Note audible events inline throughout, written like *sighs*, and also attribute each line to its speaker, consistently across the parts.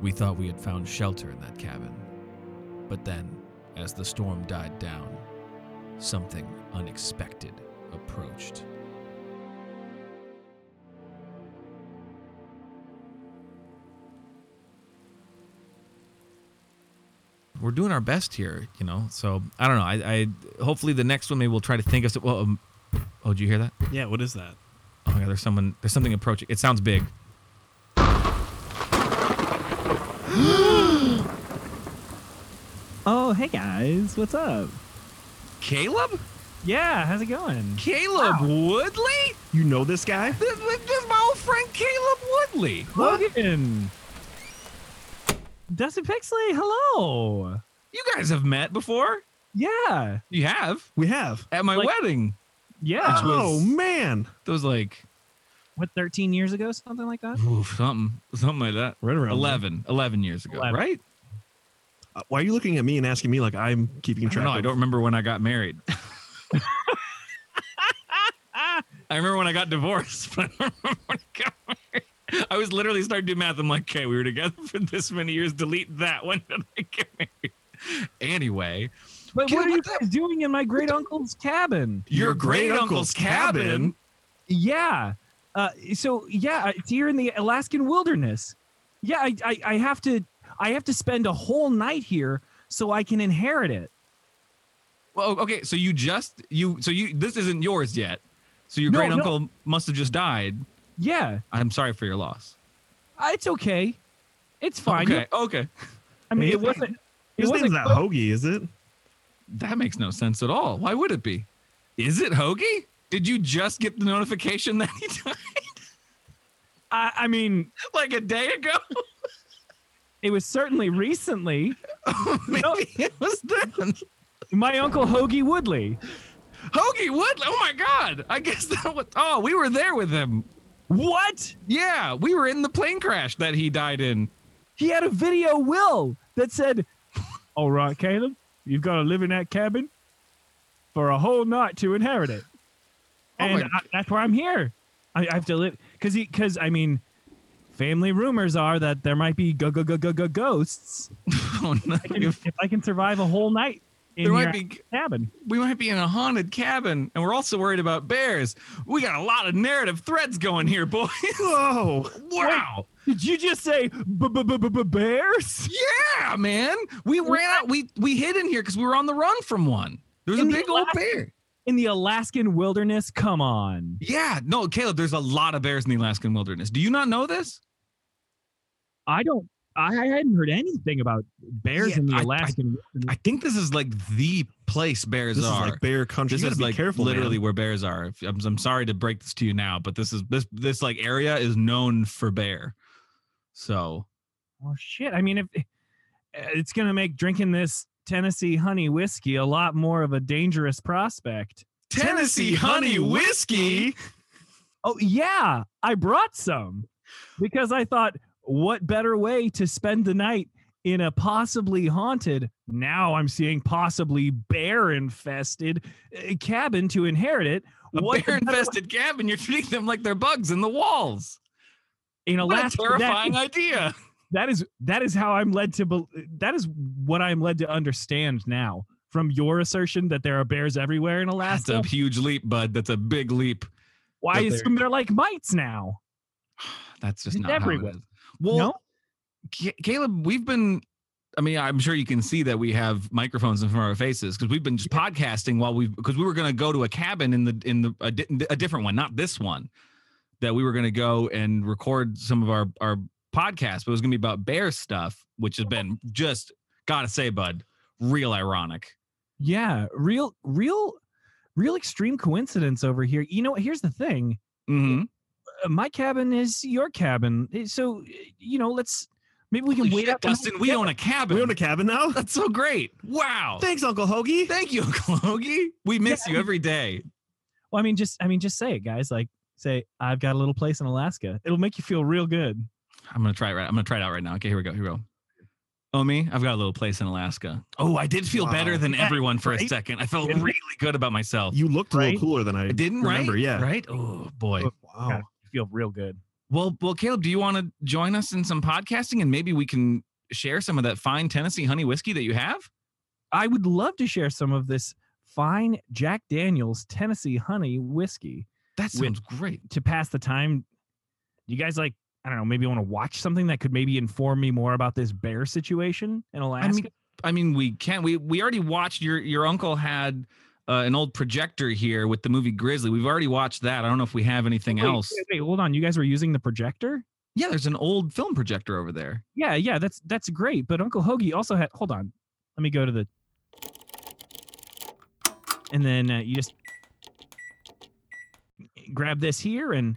Speaker 1: We thought we had found shelter in that cabin. But then, as the storm died down, something unexpected approached.
Speaker 2: We're doing our best here, you know. So I don't know. I, I hopefully the next one maybe we'll try to think of. Some, well, um, oh, did you hear that?
Speaker 3: Yeah, what is that?
Speaker 2: Oh my god, there's someone. There's something approaching. It sounds big.
Speaker 4: Oh, hey guys, what's up?
Speaker 2: Caleb?
Speaker 4: Yeah, how's it going?
Speaker 2: Caleb Woodley?
Speaker 3: You know this guy?
Speaker 2: This, this is my old friend Caleb Woodley.
Speaker 4: Logan! Dustin Pixley, hello!
Speaker 2: You guys have met before.
Speaker 4: Yeah,
Speaker 2: You have
Speaker 3: We have.
Speaker 2: at my
Speaker 4: Like-
Speaker 2: wedding.
Speaker 4: yeah.
Speaker 3: Oh man.
Speaker 2: That was like
Speaker 4: What, 13 years ago, something like that?
Speaker 2: oof, something, something like that.
Speaker 3: Right around
Speaker 2: 11, 11 years ago,
Speaker 4: 11.
Speaker 2: right?
Speaker 3: there. Uh, Why are you looking at me and asking me like I'm
Speaker 2: I
Speaker 3: keeping
Speaker 2: don't
Speaker 3: track?
Speaker 2: know. I
Speaker 3: of-
Speaker 2: don't remember when I got married. *laughs* I remember when I got divorced, *laughs* but I don't remember when I got married. I was literally starting to do math. I'm like, okay, we were together *laughs* for this many years. Delete that. *laughs* When did I get married? Anyway,
Speaker 4: But
Speaker 2: Kid,
Speaker 4: what are you
Speaker 2: what
Speaker 4: guys doing in my great uncle's cabin?
Speaker 2: your great uncle's cabin.
Speaker 4: Yeah. Uh, so yeah, it's here in the Alaskan wilderness. Yeah, I, I, I have to I have to spend a whole night here so I can inherit it.
Speaker 2: Well, okay, so you just you so you this isn't yours yet. So your
Speaker 4: No,
Speaker 2: great
Speaker 4: no.
Speaker 2: uncle must have just died.
Speaker 4: Yeah,
Speaker 2: I'm sorry for your loss.
Speaker 4: uh, it's okay. It's fine.
Speaker 2: Okay, okay,
Speaker 4: I mean,
Speaker 3: His
Speaker 4: it wasn't. It
Speaker 3: His name's
Speaker 4: wasn't.
Speaker 3: not Hoagie,
Speaker 2: *laughs*
Speaker 3: is it?
Speaker 2: that makes no sense at all. Why would it be? Is it Hoagie? Did you just get the notification *laughs* that he died
Speaker 4: I, I mean,
Speaker 2: like a day ago? *laughs*
Speaker 4: it was
Speaker 2: *laughs*
Speaker 4: certainly recently.
Speaker 2: Oh, Maybe it was then.
Speaker 4: My uncle Hoagie Woodley.
Speaker 2: Hoagie, what? Oh my God! I guess that was. Oh, we were there with him.
Speaker 4: What?
Speaker 2: Yeah, we were in the plane crash that he died in. *laughs*
Speaker 4: He had a video will that said, "All right, Caleb, you've got to live in that cabin for a whole night to inherit it."
Speaker 2: Oh
Speaker 4: and
Speaker 2: my-
Speaker 4: I, that's why I'm here. I, I have to live because because I mean, family rumors are that there might be go go go go go ghosts.
Speaker 2: Oh no!
Speaker 4: And if I can survive a whole night in
Speaker 2: There might
Speaker 4: your
Speaker 2: be
Speaker 4: cabin,
Speaker 2: we might be in a haunted cabin and we're also worried about bears. We got a lot of narrative threads going here, *laughs* boys.
Speaker 3: Whoa.
Speaker 2: Wow.
Speaker 4: did you just say bears?
Speaker 2: Yeah, man. We ran out. We we hid in here because we were on the run from one. There's a
Speaker 4: In the
Speaker 2: big old
Speaker 4: Alaska-
Speaker 2: bear.
Speaker 4: in the Alaskan wilderness. Come on.
Speaker 2: Yeah. No, Caleb, there's a lot of bears in the Alaskan wilderness. Do you not know this?
Speaker 4: I don't. I I hadn't heard anything about bears
Speaker 2: Yeah,
Speaker 4: in the
Speaker 2: I- I-
Speaker 4: Alaskan. wilderness.
Speaker 2: I think this is like the place bears
Speaker 3: This is
Speaker 2: are.
Speaker 3: like bear country.
Speaker 2: this
Speaker 3: you gotta
Speaker 2: is
Speaker 3: be
Speaker 2: like
Speaker 3: careful.
Speaker 2: literally
Speaker 3: man.
Speaker 2: where bears are. If- I'm, I'm sorry to break this to you now, but this is this this like area is known for bear. So
Speaker 4: well, Oh, shit. I mean, if eh, it's gonna make drinking this Tennessee honey whiskey a lot more of a dangerous prospect.
Speaker 2: Tennessee honey whiskey.
Speaker 4: Oh yeah, I brought some because I thought, what better way to spend the night in a possibly haunted? Now I'm seeing possibly bear infested cabin to inherit it.
Speaker 2: A
Speaker 4: What
Speaker 2: bear
Speaker 4: better way-
Speaker 2: infested cabin. You're treating them like they're bugs in the walls.
Speaker 4: in
Speaker 2: What a
Speaker 4: Alaska? that
Speaker 2: terrifying
Speaker 4: *laughs* is-
Speaker 2: idea.
Speaker 4: that is that is how I'm led to bel eh, that is what I'm led to understand now from your assertion that there are bears everywhere in
Speaker 2: That's
Speaker 4: Alaska.
Speaker 2: a huge leap, bud. That's a big leap.
Speaker 4: Why I
Speaker 2: that
Speaker 4: assume they're like mites now?
Speaker 2: That's just
Speaker 4: It's
Speaker 2: not how it
Speaker 4: everywhere.
Speaker 2: is. Well,
Speaker 4: no,
Speaker 2: Ca- Caleb, we've been. I mean, I'm sure you can see that we have microphones in front of our faces because we've been just podcasting while we've because we were going to go to a cabin in the in the a, di- a different one, not this one, that we were going to go and record some of our our podcasts, but it was going to be about bear stuff, which has been just gotta say, bud, real ironic.
Speaker 4: yeah, real, real, real extreme coincidence over here. You know what? Here's the thing:
Speaker 2: Mm-hmm.
Speaker 4: Uh, my cabin is your cabin, Uh, so uh, you know, let's maybe we can wait up. the night
Speaker 2: Dustin. We
Speaker 4: together.
Speaker 2: own a cabin.
Speaker 3: We own a *laughs*
Speaker 2: *laughs*
Speaker 3: cabin now?
Speaker 2: That's so great! Wow.
Speaker 3: Thanks, Uncle Hoagie.
Speaker 2: Thank you, *laughs* Uncle Hoagie. We miss
Speaker 4: Yeah.
Speaker 2: you every day.
Speaker 4: Well, I mean, just I mean, just say it, guys. Like, say I've got a little place in Alaska. It'll make you feel real good.
Speaker 2: I'm gonna try it right. I'm gonna try it out right now. Okay, here we go. Here we go. Oh me, I've got a little place in Alaska. Oh, I did feel
Speaker 3: Wow.
Speaker 2: better than everyone for a
Speaker 4: right?
Speaker 2: second. I felt
Speaker 4: Didn't-
Speaker 2: really good about myself.
Speaker 3: You looked a
Speaker 4: Right?
Speaker 3: little cooler than I
Speaker 2: I didn't
Speaker 3: remember,
Speaker 2: right?
Speaker 3: yeah.
Speaker 2: Right? Oh boy.
Speaker 3: Wow.
Speaker 4: feel real good.
Speaker 2: Well, well, Caleb, do you want to join us in some podcasting and maybe we can share some of that fine Tennessee honey whiskey that you have?
Speaker 4: I would love to share some of this fine Jack Daniels Tennessee honey whiskey
Speaker 2: That
Speaker 4: With-
Speaker 2: sounds great.
Speaker 4: to pass the time. You guys like, I don't know, maybe want to watch something that could maybe inform me more about this bear situation in Alaska.
Speaker 2: I mean, we can. We we already watched your your uncle had uh, an old projector here with the movie Grizzly. We've already watched that. I don't know if we have anything
Speaker 4: Wait,
Speaker 2: else.
Speaker 4: Wait, wait, hold on. You guys were using the projector?
Speaker 2: Yeah, there's an old film projector over there.
Speaker 4: Yeah, yeah, that's that's great. But Uncle Hoagie also had. Hold on, let me go to the. And then uh, you just grab this here and.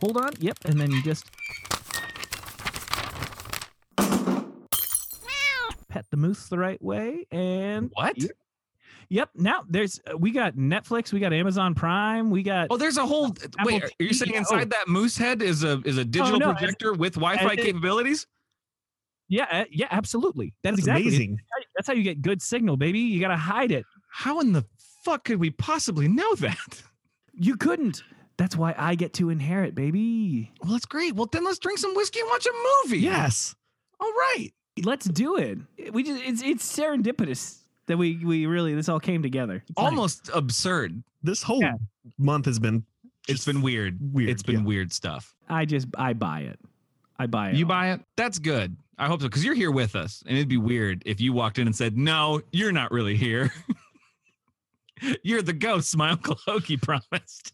Speaker 4: Hold on. Yep, and then you just pet the moose the right way and
Speaker 2: What?
Speaker 4: Yep. Yep. Now there's uh, we got Netflix, we got Amazon Prime, we got
Speaker 2: Oh, there's a whole. wait, are you saying
Speaker 4: TV
Speaker 2: inside that moose head is a is a digital
Speaker 4: no, as-
Speaker 2: projector with Wi-Fi
Speaker 4: as it-
Speaker 2: capabilities?
Speaker 4: yeah, uh, yeah, absolutely. That's,
Speaker 3: That's
Speaker 4: exactly.
Speaker 3: amazing.
Speaker 4: That's how you get good signal, baby. You gotta hide it.
Speaker 2: How in the fuck could we possibly know that? *laughs*
Speaker 4: You couldn't. That's why I get to inherit, baby.
Speaker 2: Well, that's great. Well, then let's drink some whiskey and watch a movie.
Speaker 3: Yes.
Speaker 2: All right.
Speaker 4: Let's do it. We just it's it's serendipitous that we we really this all came together. It's nice.
Speaker 2: Almost absurd.
Speaker 3: This whole
Speaker 4: Yeah.
Speaker 3: month has been
Speaker 2: It's been weird.
Speaker 3: weird.
Speaker 2: It's been
Speaker 3: yeah.
Speaker 2: weird stuff.
Speaker 4: I just I buy it. I buy it.
Speaker 2: You
Speaker 4: all.
Speaker 2: buy it? That's good. I hope so. Because you're here with us. And it'd be weird if you walked in and said, No, you're not really here. *laughs* you're the ghost my Uncle Hokie *laughs* promised.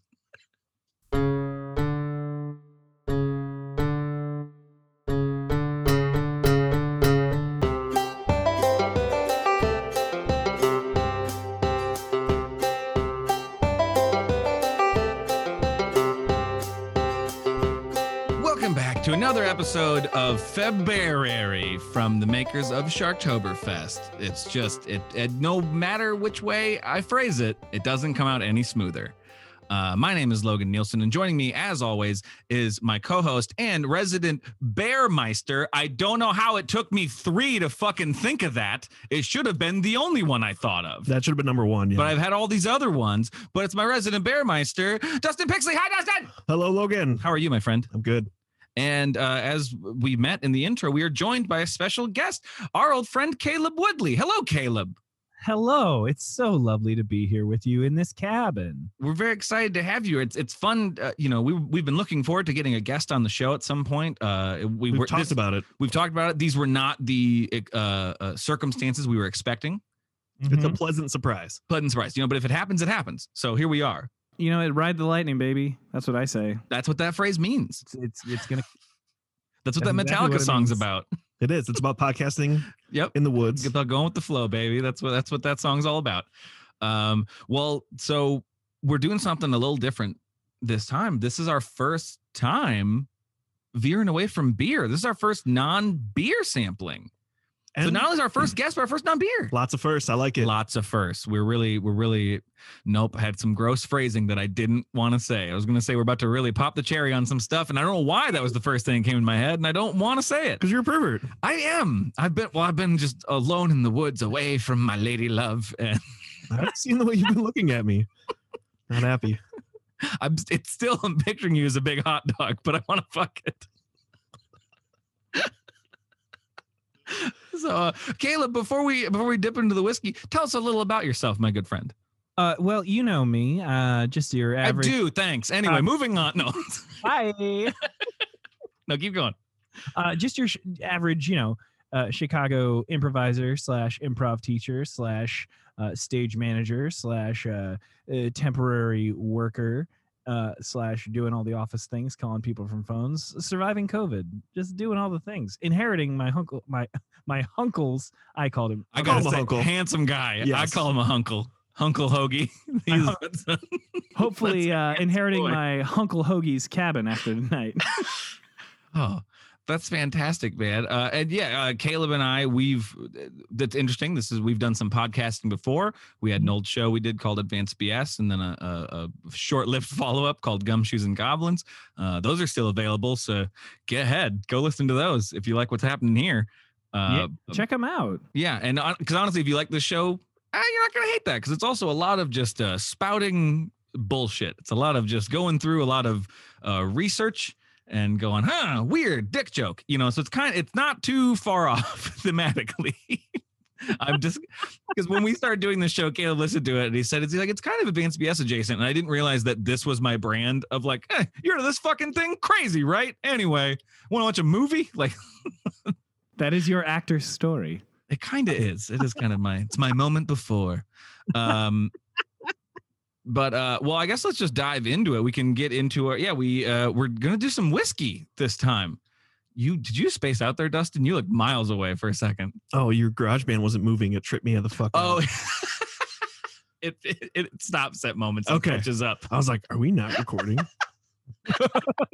Speaker 2: Welcome back to another episode of February from the makers of Sharktoberfest. It's just it, it no matter which way I phrase it, it doesn't come out any smoother. Uh, my name is Logan Nielsen, and joining me, as always, is my co-host and resident Bearmeister. I don't know how it took me three to fucking think of that. It should have been the only one I thought of.
Speaker 3: That should have been number one. Yeah.
Speaker 2: But I've had all these other ones. But it's my resident Bearmeister, Dustin Pixley. Hi, Dustin.
Speaker 3: Hello, Logan.
Speaker 2: How are you, my friend?
Speaker 3: I'm good.
Speaker 2: And uh, as we met in the intro, we are joined by a special guest, our old friend Caleb Woodley. Hello, Caleb.
Speaker 4: Hello, it's so lovely to be here with you in this cabin.
Speaker 2: We're very excited to have you. It's it's fun. Uh, you know, we we've been looking forward to getting a guest on the show at some point. Uh, we
Speaker 3: We've
Speaker 2: were,
Speaker 3: talked
Speaker 2: this-
Speaker 3: about it.
Speaker 2: we've talked about it. These were not the uh, uh, circumstances we were expecting.
Speaker 3: It's a
Speaker 2: Mm-hmm.
Speaker 4: Mhm.
Speaker 3: pleasant surprise.
Speaker 2: Pleasant surprise, you know. But if it happens, it happens. So here we are.
Speaker 4: you know, it ride the lightning, baby. That's what I say.
Speaker 2: That's what that phrase means.
Speaker 4: It's it's, it's gonna
Speaker 2: That's what
Speaker 4: That's
Speaker 2: that
Speaker 4: exactly
Speaker 2: Metallica
Speaker 4: what it
Speaker 2: song's
Speaker 4: means.
Speaker 2: about.
Speaker 3: It is. It's about podcasting
Speaker 2: Yep.
Speaker 3: in the woods.
Speaker 2: It's about going with the flow, baby. That's what that's what that song's all about. Um, well, so we're doing something a little different this time. This is our first time veering away from beer. This is our first non-beer sampling.
Speaker 3: And
Speaker 2: so not only is our first guest, but our first non-beer.
Speaker 3: lots of firsts. I like it.
Speaker 2: Lots of firsts. We're really, we're really, nope. Had some gross phrasing that I didn't want to say. I was going to say we're about to really pop the cherry on some stuff, and I don't know why that was the first thing that came in my head, and I don't want to say it.
Speaker 3: Because you're a pervert.
Speaker 2: I am. I've been well. I've been just alone in the woods, away from my lady love, *laughs* and
Speaker 3: I've seen the way you've been looking at me. Not happy.
Speaker 2: I'm. It's still. I'm picturing you as a big hot dog, but I want to fuck it. *laughs* so, uh, Caleb, before we before we dip into the whiskey, tell us a little about yourself, my good friend.
Speaker 4: Uh, well, you know me, uh, just your average.
Speaker 2: I do. Thanks. Anyway,
Speaker 4: Uh,
Speaker 2: moving on. *laughs* No,
Speaker 4: Hi.
Speaker 2: no, keep going.
Speaker 4: *laughs* uh, just your sh- average, you know, uh, Chicago improviser slash improv teacher slash uh, stage manager slash uh, uh, temporary worker uh, slash doing all the office things, calling people from phones, surviving COVID, just doing all the things, inheriting my uncle, my my uncle's. I called him.
Speaker 2: I
Speaker 3: Call
Speaker 2: got
Speaker 3: him a
Speaker 2: a
Speaker 3: hunkle.
Speaker 2: handsome guy. I
Speaker 3: Yes.
Speaker 2: call him a hunkle. Hunkle Hoagie. *laughs* He's,
Speaker 4: hopefully uh, inheriting
Speaker 2: boy.
Speaker 4: my Uncle Hoagie's cabin after tonight.
Speaker 2: Oh, that's fantastic, man. Uh, and yeah, uh, Caleb and I, we've that's interesting. This is we've done some podcasting before. We had an old show we did called Advanced BS, and then a, a, a short-lived *laughs* follow-up called Gumshoes and Goblins. Uh, those are still available, so get ahead, go listen to those if you like what's happening here. Uh,
Speaker 4: Check him out.
Speaker 2: yeah, and because honestly, if you like the show, Ah, you're not going to hate that because it's also a lot of just uh, spouting bullshit. It's a lot of just going through a lot of uh, research and going, huh, weird dick joke. You know, so it's kind of, it's not too far *laughs* off thematically. I'm just because when we started doing this show, Caleb listened to it and he said it's he's like it's kind of advanced BS adjacent. And I didn't realize that this was my brand of like, eh, you're into this fucking thing, crazy, right? Anyway, want to watch a movie? Like
Speaker 5: That is your actor's story.
Speaker 2: it kind of is. It is kind of my it's my moment before. Um but uh well, I guess let's just dive into it. We can get into our yeah, we uh we're going to do some whiskey this time. You did you space out there, Dustin? You look miles away for a second.
Speaker 3: Oh, your garage band wasn't moving. It tripped me out of the fuck.
Speaker 2: Oh.
Speaker 3: out.
Speaker 2: *laughs* It, it, it stops at moments and
Speaker 3: Okay. Oh.
Speaker 2: catches up.
Speaker 3: I was like, are we not recording?
Speaker 2: *laughs*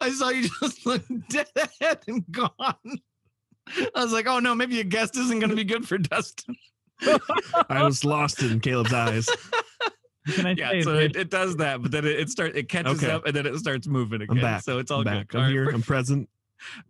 Speaker 2: I saw you just look dead ahead and gone. I was like, oh no, maybe a guest isn't going to be good for Dustin.
Speaker 3: I
Speaker 2: *laughs*
Speaker 3: was lost in Caleb's eyes.
Speaker 4: Can I
Speaker 2: Yeah,
Speaker 4: say
Speaker 2: so
Speaker 4: that-
Speaker 2: it, it does that, but then it, it starts, it catches
Speaker 3: Okay.
Speaker 2: up, and then it starts moving again.
Speaker 3: back.
Speaker 2: So it's all
Speaker 3: I'm back.
Speaker 2: good.
Speaker 3: I'm
Speaker 2: All
Speaker 3: here.
Speaker 2: right, *laughs*
Speaker 3: I'm present.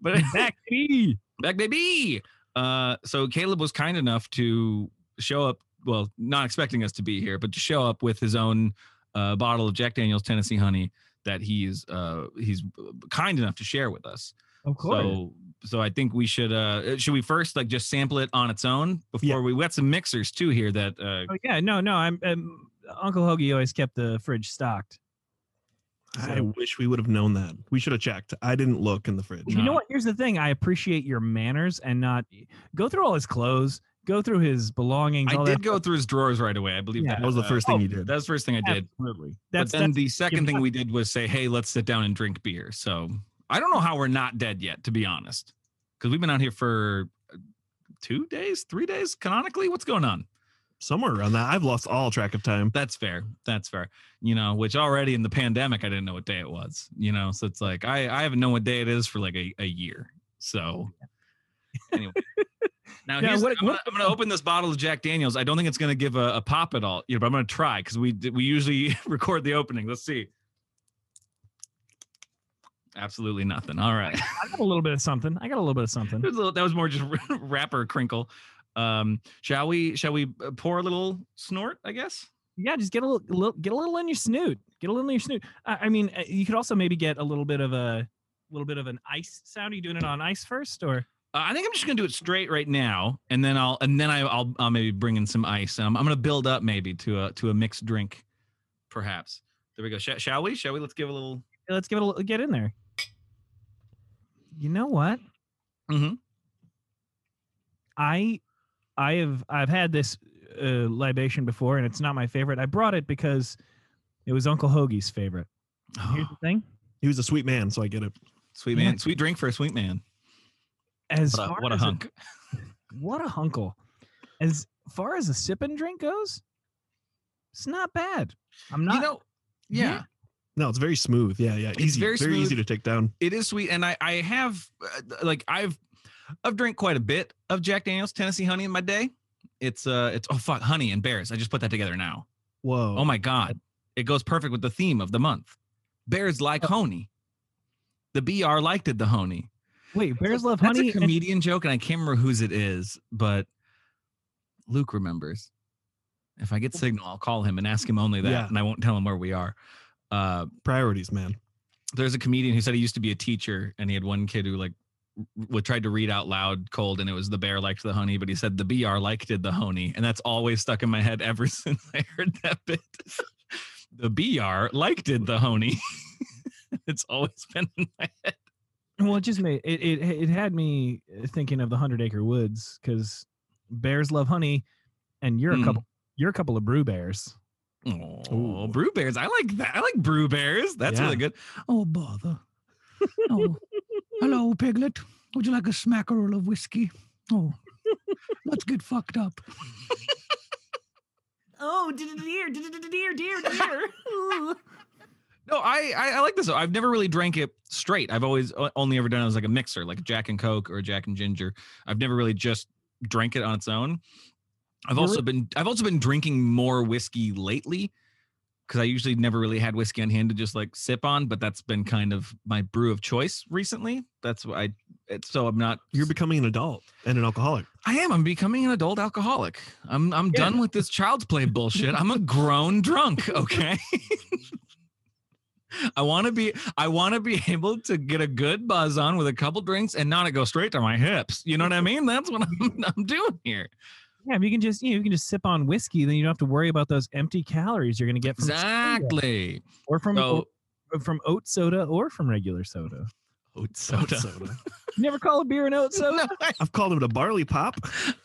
Speaker 2: But
Speaker 4: Back me.
Speaker 2: back baby. Uh, so Caleb was kind enough to show up. Well, not expecting us to be here, but to show up with his own uh, bottle of Jack Daniel's Tennessee Honey that he's uh, he's kind enough to share with us.
Speaker 4: Of course.
Speaker 2: So, so I think we should uh should we first like just sample it on its own before
Speaker 3: Yeah.
Speaker 2: we we got some mixers too here that uh
Speaker 4: Oh, yeah, no, no. I'm, um Uncle Hoagie always kept the fridge stocked.
Speaker 3: I wish we would have known that. We should have checked. I didn't look in the fridge.
Speaker 4: You
Speaker 2: No.
Speaker 4: know what? Here's the thing. I appreciate your manners and not go through all his clothes, go through his belongings.
Speaker 2: I
Speaker 4: all
Speaker 2: did
Speaker 4: that
Speaker 2: go through his drawers right away. I believe
Speaker 4: Yeah.
Speaker 2: that
Speaker 3: That was the
Speaker 2: uh,
Speaker 3: first thing
Speaker 4: oh,
Speaker 3: you did.
Speaker 2: That was the first thing I
Speaker 4: stuff.
Speaker 2: did.
Speaker 4: Absolutely.
Speaker 2: That's,
Speaker 4: That's
Speaker 2: but then
Speaker 4: that's
Speaker 2: the second thing we did was say, "Hey, let's sit down and drink beer." So I don't know how we're not dead yet, to be honest, because we've been out here for uh, two days, three days canonically. What's going on?
Speaker 3: Somewhere around that. I've lost all track of time.
Speaker 2: That's fair. That's fair. You know, which already in the pandemic, I didn't know what day it was. You know, so it's like I I haven't known what day it is for like a, a year. So
Speaker 4: *laughs*
Speaker 2: anyway. Now
Speaker 4: Yeah,
Speaker 2: here's,
Speaker 4: what-
Speaker 2: I'm, gonna, I'm gonna open this bottle of Jack Daniels. I don't think it's gonna give a, a pop at all, you know, but I'm gonna try because we d- we usually *laughs* record the opening. Let's see. Absolutely nothing. All
Speaker 4: *laughs*
Speaker 2: right.
Speaker 4: I got a little bit of something. I got a little bit of
Speaker 2: *laughs*
Speaker 4: something.
Speaker 2: That was, a little- that was more just wrapper crinkle. Um, shall we? Shall we uh, pour a little snort? I guess.
Speaker 4: Yeah, just get a little, little get a little in your snoot. Get a little in your snoot. I, I mean, uh, you could also maybe get a little bit of a little bit of an ice sound. Are you doing it on ice first or?
Speaker 2: Uh, I think I'm just gonna do it straight right now, and then I'll and then I, I'll I'll maybe bring in some ice. Um, I'm gonna build up maybe to a to a mixed drink, perhaps. There we go. Sh- shall we? Shall we? Let's give a little.
Speaker 4: Let's give it a little- get in there. You know what?
Speaker 2: Mhm.
Speaker 4: I I have I've had this uh, libation before, and it's not my favorite. I brought it because it was Uncle Hoagie's favorite.
Speaker 2: *gasps*
Speaker 4: Here's the thing:
Speaker 3: He was a sweet man, so I get it.
Speaker 2: Oh, sweet
Speaker 4: Yeah.
Speaker 2: man, sweet drink for a sweet man.
Speaker 4: as
Speaker 2: What a,
Speaker 4: far
Speaker 2: what a
Speaker 4: as a-
Speaker 2: hunk.
Speaker 4: what a hunkle! As far as a sip and drink goes, it's not bad. I'm not.
Speaker 2: you know, yeah.
Speaker 4: Yeah.
Speaker 3: No, it's very smooth. Yeah, yeah. Easy.
Speaker 2: very
Speaker 3: very easy to
Speaker 2: smooth.
Speaker 3: take down.
Speaker 2: it is sweet, and I I have uh, like I've I've drank quite a bit of Jack Daniel's Tennessee Honey in my day. It's uh it's oh fuck honey and bears. I just put that together now.
Speaker 3: Whoa.
Speaker 2: Oh my God. It goes perfect with the theme of the month. Bears like
Speaker 4: Oh.
Speaker 2: honey. The BR liked it, the honey.
Speaker 4: wait, bears love
Speaker 2: That's
Speaker 4: honey.
Speaker 2: a
Speaker 4: and-
Speaker 2: comedian joke, and I can't remember whose it is, but Luke remembers. If I get signal, I'll call him and ask him only that,
Speaker 3: Yeah.
Speaker 2: and I won't tell him where we are. Uh,
Speaker 3: Priorities, man.
Speaker 2: there's a comedian who said he used to be a teacher, and he had one kid who like w- tried to read out loud cold, and it was the bear liked the honey, but he said the BR liked it, the honey, and that's always stuck in my head ever *laughs* since I heard that bit. *laughs* the BR liked it, the honey. *laughs* it's always been in my head.
Speaker 4: Well, it just made it, it. It had me uh, thinking of the Hundred Acre Woods because bears love honey, and you're
Speaker 2: Mm.
Speaker 4: a couple. You're a couple of brew bears.
Speaker 2: Oh, brew bears. I like that. I like brew bears. That's
Speaker 3: Yeah.
Speaker 2: really good. Oh, bother. Oh, hello, piglet. Would you like a smackerel of whiskey? Oh, let's get fucked up.
Speaker 6: Oh, dear, dear, dear, dear, dear. Ooh.
Speaker 2: No, I, I I like this. I've never really drank it straight. I've always o- only ever done it as like a mixer, like Jack and Coke or Jack and Ginger. I've never really just drank it on its own. I've
Speaker 4: You're
Speaker 2: also been I've also been drinking more whiskey lately because I usually never really had whiskey on hand to just like sip on, but that's been kind of my brew of choice recently. That's why I it's so I'm not
Speaker 3: You're becoming an adult and an alcoholic.
Speaker 2: I am. I'm becoming an adult alcoholic. I'm I'm done with this child's play bullshit. I'm a grown drunk, okay? *laughs* I want to be I want to be able to get a good buzz on with a couple drinks and not go straight to my hips. You know what I mean? That's what I'm, *laughs* I'm doing here.
Speaker 4: Yeah, if you can just you, know, you can just sip on whiskey, then you don't have to worry about those empty calories you're going to get from soda
Speaker 2: Exactly.
Speaker 4: or from
Speaker 2: So
Speaker 4: or from oat soda or from regular soda.
Speaker 2: oat soda.
Speaker 3: Soda.
Speaker 4: You never call a beer an oat soda?
Speaker 2: *laughs* No, I,
Speaker 3: I've called it a barley pop.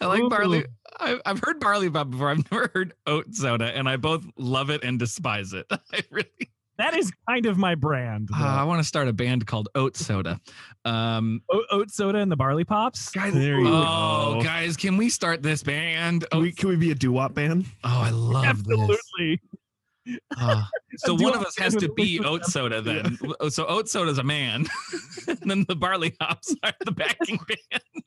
Speaker 2: I like
Speaker 4: Ooh.
Speaker 2: barley. I, I've heard barley pop before. I've never heard oat soda, and I both love it and despise it. *laughs* I really
Speaker 4: That is kind of my brand.
Speaker 2: Uh, I want to start a band called Oat Soda. Um,
Speaker 4: though. O- oat soda and the barley pops.
Speaker 3: Guys, there you
Speaker 2: oh,
Speaker 3: go.
Speaker 2: guys, can we start this band?
Speaker 3: Can
Speaker 2: Oh,
Speaker 3: we, can we be a doo wop band?
Speaker 2: oh, I love this.
Speaker 4: Absolutely.
Speaker 2: Uh, so
Speaker 4: do
Speaker 2: one
Speaker 4: want
Speaker 2: of us has
Speaker 4: to
Speaker 2: to be
Speaker 4: listen to
Speaker 2: Oat Soda then. Oh, So Oat Soda's a man, *laughs* and then the Barley Hops *laughs* are the backing band.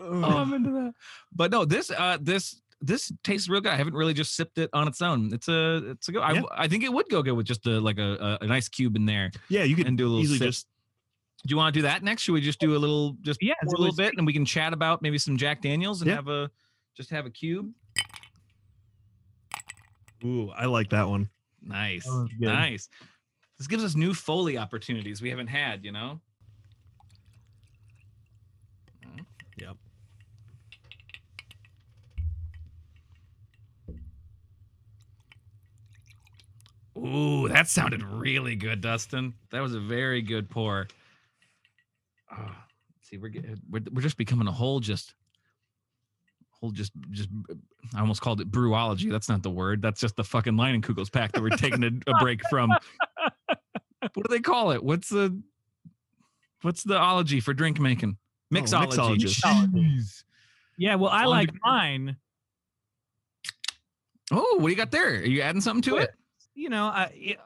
Speaker 2: Oh, I'm into that. But no, this uh, this this tastes real good. I haven't really just sipped it on its own. It's a it's a go.
Speaker 3: Yeah.
Speaker 2: I, I think it would go good with just a, like a, a an ice cube in there.
Speaker 3: Yeah, you could
Speaker 2: and do a little
Speaker 3: easily
Speaker 2: sip.
Speaker 3: just
Speaker 2: Do you want to do that next? Should we just do a little, just
Speaker 4: Yeah,
Speaker 2: yeah,
Speaker 4: it's
Speaker 2: a little bit, and we can chat about maybe some Jack Daniels and
Speaker 3: Yeah.
Speaker 2: have a just have a cube.
Speaker 3: Ooh, I like that one.
Speaker 2: Nice,
Speaker 4: That was good.
Speaker 2: nice. This gives us new Foley opportunities we haven't had, you know.
Speaker 3: Yep.
Speaker 2: Ooh, that sounded really good, Dustin. That was a very good pour. Ah, see, we're, get- we're we're just becoming a whole just whole just just I almost called it brewology. That's not the word. That's just the fucking line in Kugel's pack that we're taking a, a break from. What do they call it? What's the what's the ology for drink making?
Speaker 3: Oh,
Speaker 2: Mixology.
Speaker 3: mixologist.
Speaker 4: Jeez. Yeah, well, I
Speaker 2: Fun
Speaker 4: like
Speaker 2: to-
Speaker 4: mine.
Speaker 2: Oh, what do you got there? Are you adding something to it?
Speaker 4: You know, I, i-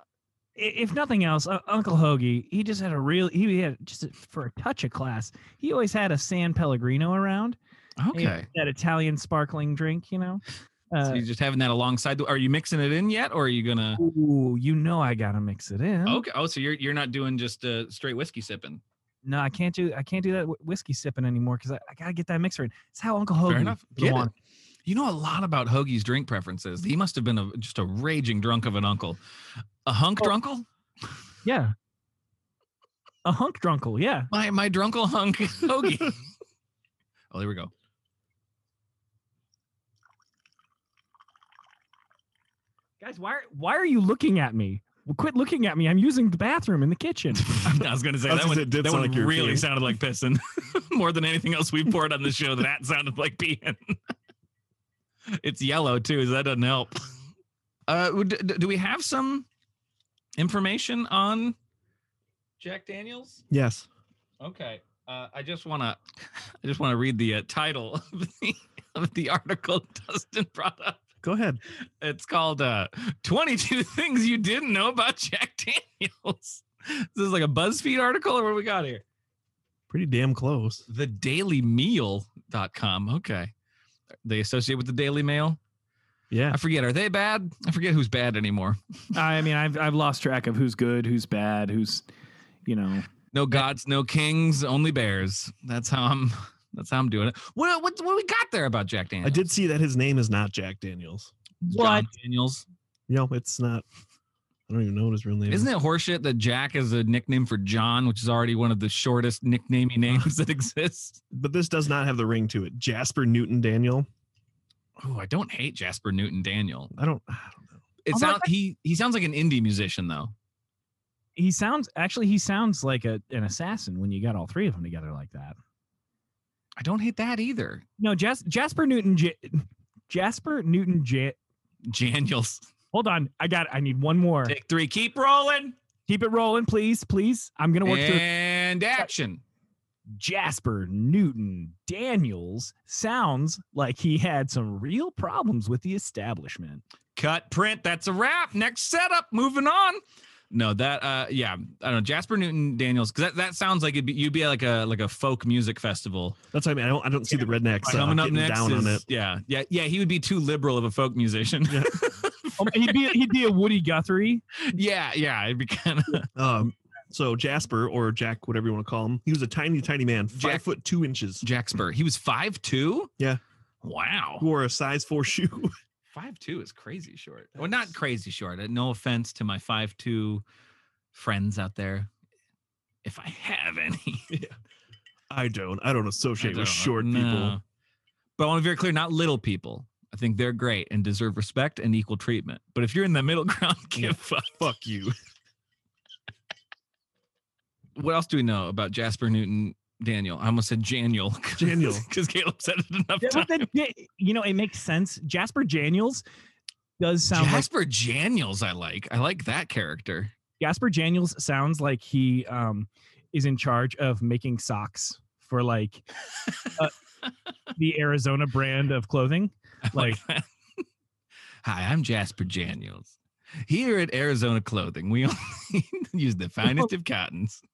Speaker 4: if nothing else, uh, Uncle Hoagie, he just had a real, he had just for a touch of class, he always had a San Pellegrino around. He had
Speaker 2: Okay.
Speaker 4: That Italian sparkling drink, you know? Uh,
Speaker 2: so you're just having that alongside. the- Are you mixing it in yet, or are you gonna?
Speaker 4: Ooh, you know I gotta mix it in.
Speaker 2: Okay. Oh, so you're you're not doing just uh, straight whiskey sipping.
Speaker 4: No, I can't do I can't do that wi- whiskey sipping anymore because I, I gotta get that mixer in. It's how Uncle Hoagie.
Speaker 2: Fair enough.
Speaker 4: would
Speaker 2: Get it.
Speaker 4: want it.
Speaker 2: You know a lot about Hoagie's drink preferences. He must have been a, just a raging drunk of an uncle, a hunk drunkle.
Speaker 4: Yeah. A hunk drunkle, yeah.
Speaker 2: My my drunkle hunk *laughs*
Speaker 3: *laughs*
Speaker 2: Hoagie. oh, there we go.
Speaker 4: Guys, why are, why are you looking at me? Well, quit looking at me. I'm using the bathroom in the kitchen.
Speaker 2: *laughs* I was gonna say
Speaker 3: I was
Speaker 2: that
Speaker 3: gonna
Speaker 2: one.
Speaker 3: say, it did
Speaker 2: that
Speaker 3: sound
Speaker 2: one
Speaker 3: like you were
Speaker 2: really
Speaker 3: peeing.
Speaker 2: sounded like pissing *laughs* more than anything else we poured on the show. That sounded like peeing. *laughs* it's yellow too, so that doesn't help. Uh, would- d- do we have some information on Jack Daniels?
Speaker 3: Yes.
Speaker 2: Okay. Uh, I just want to, *laughs* I just want to read the uh, title of the, of the article *laughs* Dustin brought up.
Speaker 3: Go ahead.
Speaker 2: It's called uh, *laughs* 22 Things You Didn't Know About Jack Daniels. *laughs* This is like a BuzzFeed article, or what do we got here?
Speaker 3: Pretty damn close.
Speaker 2: TheDailyMeal.com. Okay. They associate with the Daily Mail.
Speaker 3: Yeah.
Speaker 2: I forget. Are they bad? I forget who's bad anymore.
Speaker 5: I mean, I've I've lost track of who's good, who's bad, who's, you know.
Speaker 2: No gods, no kings, only bears. That's how I'm. *laughs* That's how I'm doing it. What what what we got there about Jack
Speaker 3: I
Speaker 2: Daniels?
Speaker 3: did see that his name is not Jack Daniels.
Speaker 2: John Daniels.
Speaker 3: You know, it's not. I don't even know what his real name
Speaker 2: Isn't
Speaker 3: is.
Speaker 2: it horseshit that Jack is a nickname for John, which is already one of the shortest nicknamey names *laughs* that exists?
Speaker 3: But this does not have the ring to it. Jasper Newton Daniel.
Speaker 2: Oh, I don't hate Jasper Newton Daniel.
Speaker 3: I don't. I don't know.
Speaker 2: It
Speaker 4: Oh my
Speaker 2: sounds
Speaker 4: God.
Speaker 2: he he sounds like an indie musician though.
Speaker 4: He sounds actually he sounds like a, an assassin when you got all three of them together like that.
Speaker 2: I don't hate that either. *laughs*
Speaker 4: No, Jas- Jasper Newton J- Jasper Newton J-
Speaker 2: Daniels,
Speaker 4: Hold on, I got it. I need one more.
Speaker 2: take three, keep rolling,
Speaker 4: Keep it rolling, please, please. I'm gonna work through.
Speaker 2: and action.
Speaker 4: Jasper Newton Daniels sounds like he had some real problems with
Speaker 2: *laughs*
Speaker 4: the establishment.
Speaker 2: Cut, print. That's a wrap. Next setup. Moving on. No, that uh, yeah, I don't know. Jasper Newton Daniels, because that, that sounds like it'd be, you'd be at like a like a folk music festival.
Speaker 3: That's what I mean. I don't. I don't see the rednecks uh,
Speaker 2: Coming up
Speaker 3: getting
Speaker 2: next
Speaker 3: down on
Speaker 2: is-
Speaker 3: it.
Speaker 2: yeah, yeah, yeah. He would be too liberal of a folk musician. *laughs*
Speaker 4: Oh, he'd be he'd be a Woody Guthrie.
Speaker 2: Yeah, yeah. It'd be kind of *laughs*
Speaker 3: Um, so Jasper or Jack, whatever you want to call him, he was a tiny, tiny man, five
Speaker 2: Jack-
Speaker 3: foot two inches.
Speaker 2: Jacksper. He was five two.
Speaker 3: Yeah.
Speaker 2: Wow.
Speaker 3: Wore a size four *laughs* shoe.
Speaker 2: Five two is crazy short. Well, not crazy short. uh, No offense to my five two friends out there, if I have
Speaker 3: *laughs*
Speaker 2: any.
Speaker 3: I don't. I don't associate
Speaker 2: I don't
Speaker 3: with
Speaker 2: know.
Speaker 3: short
Speaker 2: No. But I want to be very clear, not little people. I think they're great and deserve respect and equal treatment. But if you're in the middle *laughs* ground, get fucked.
Speaker 3: people. Fuck you.
Speaker 2: *laughs* What else do we know about Jasper Newton Daniel? I almost said Janiel. *laughs*
Speaker 3: Janiel.
Speaker 2: Because Caleb said it enough
Speaker 4: Yeah,
Speaker 2: times.
Speaker 4: but that- yeah, you know, it makes sense. Jasper Janiels does sound like
Speaker 2: Jasper Janiels, I like. I like that character.
Speaker 4: Jasper Janiels sounds like he um is in charge of making socks for like *laughs* uh, the Arizona brand of *laughs* clothing.
Speaker 2: I
Speaker 4: Like
Speaker 2: that. Hi, I'm Jasper Janiels. Here at Arizona Clothing, we *laughs* only use the finest of cottons. *laughs*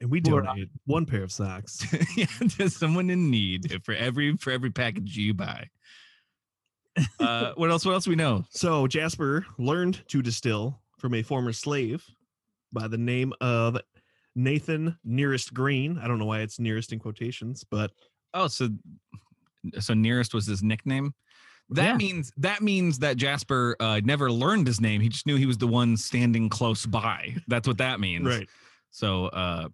Speaker 3: And we
Speaker 4: Poor
Speaker 3: donate one pair of socks.
Speaker 2: yeah, to someone in need for every for every package you buy. Uh, what else? What else we know?
Speaker 3: So Jasper learned to distill from a former slave by the name of Nathan Nearest Green. I don't know why it's nearest in quotations, but
Speaker 2: Oh, so so nearest was his nickname. That
Speaker 4: Yeah.
Speaker 2: means that means that Jasper uh, never learned his name. He just knew he was the one standing close by. That's what that means. So uh,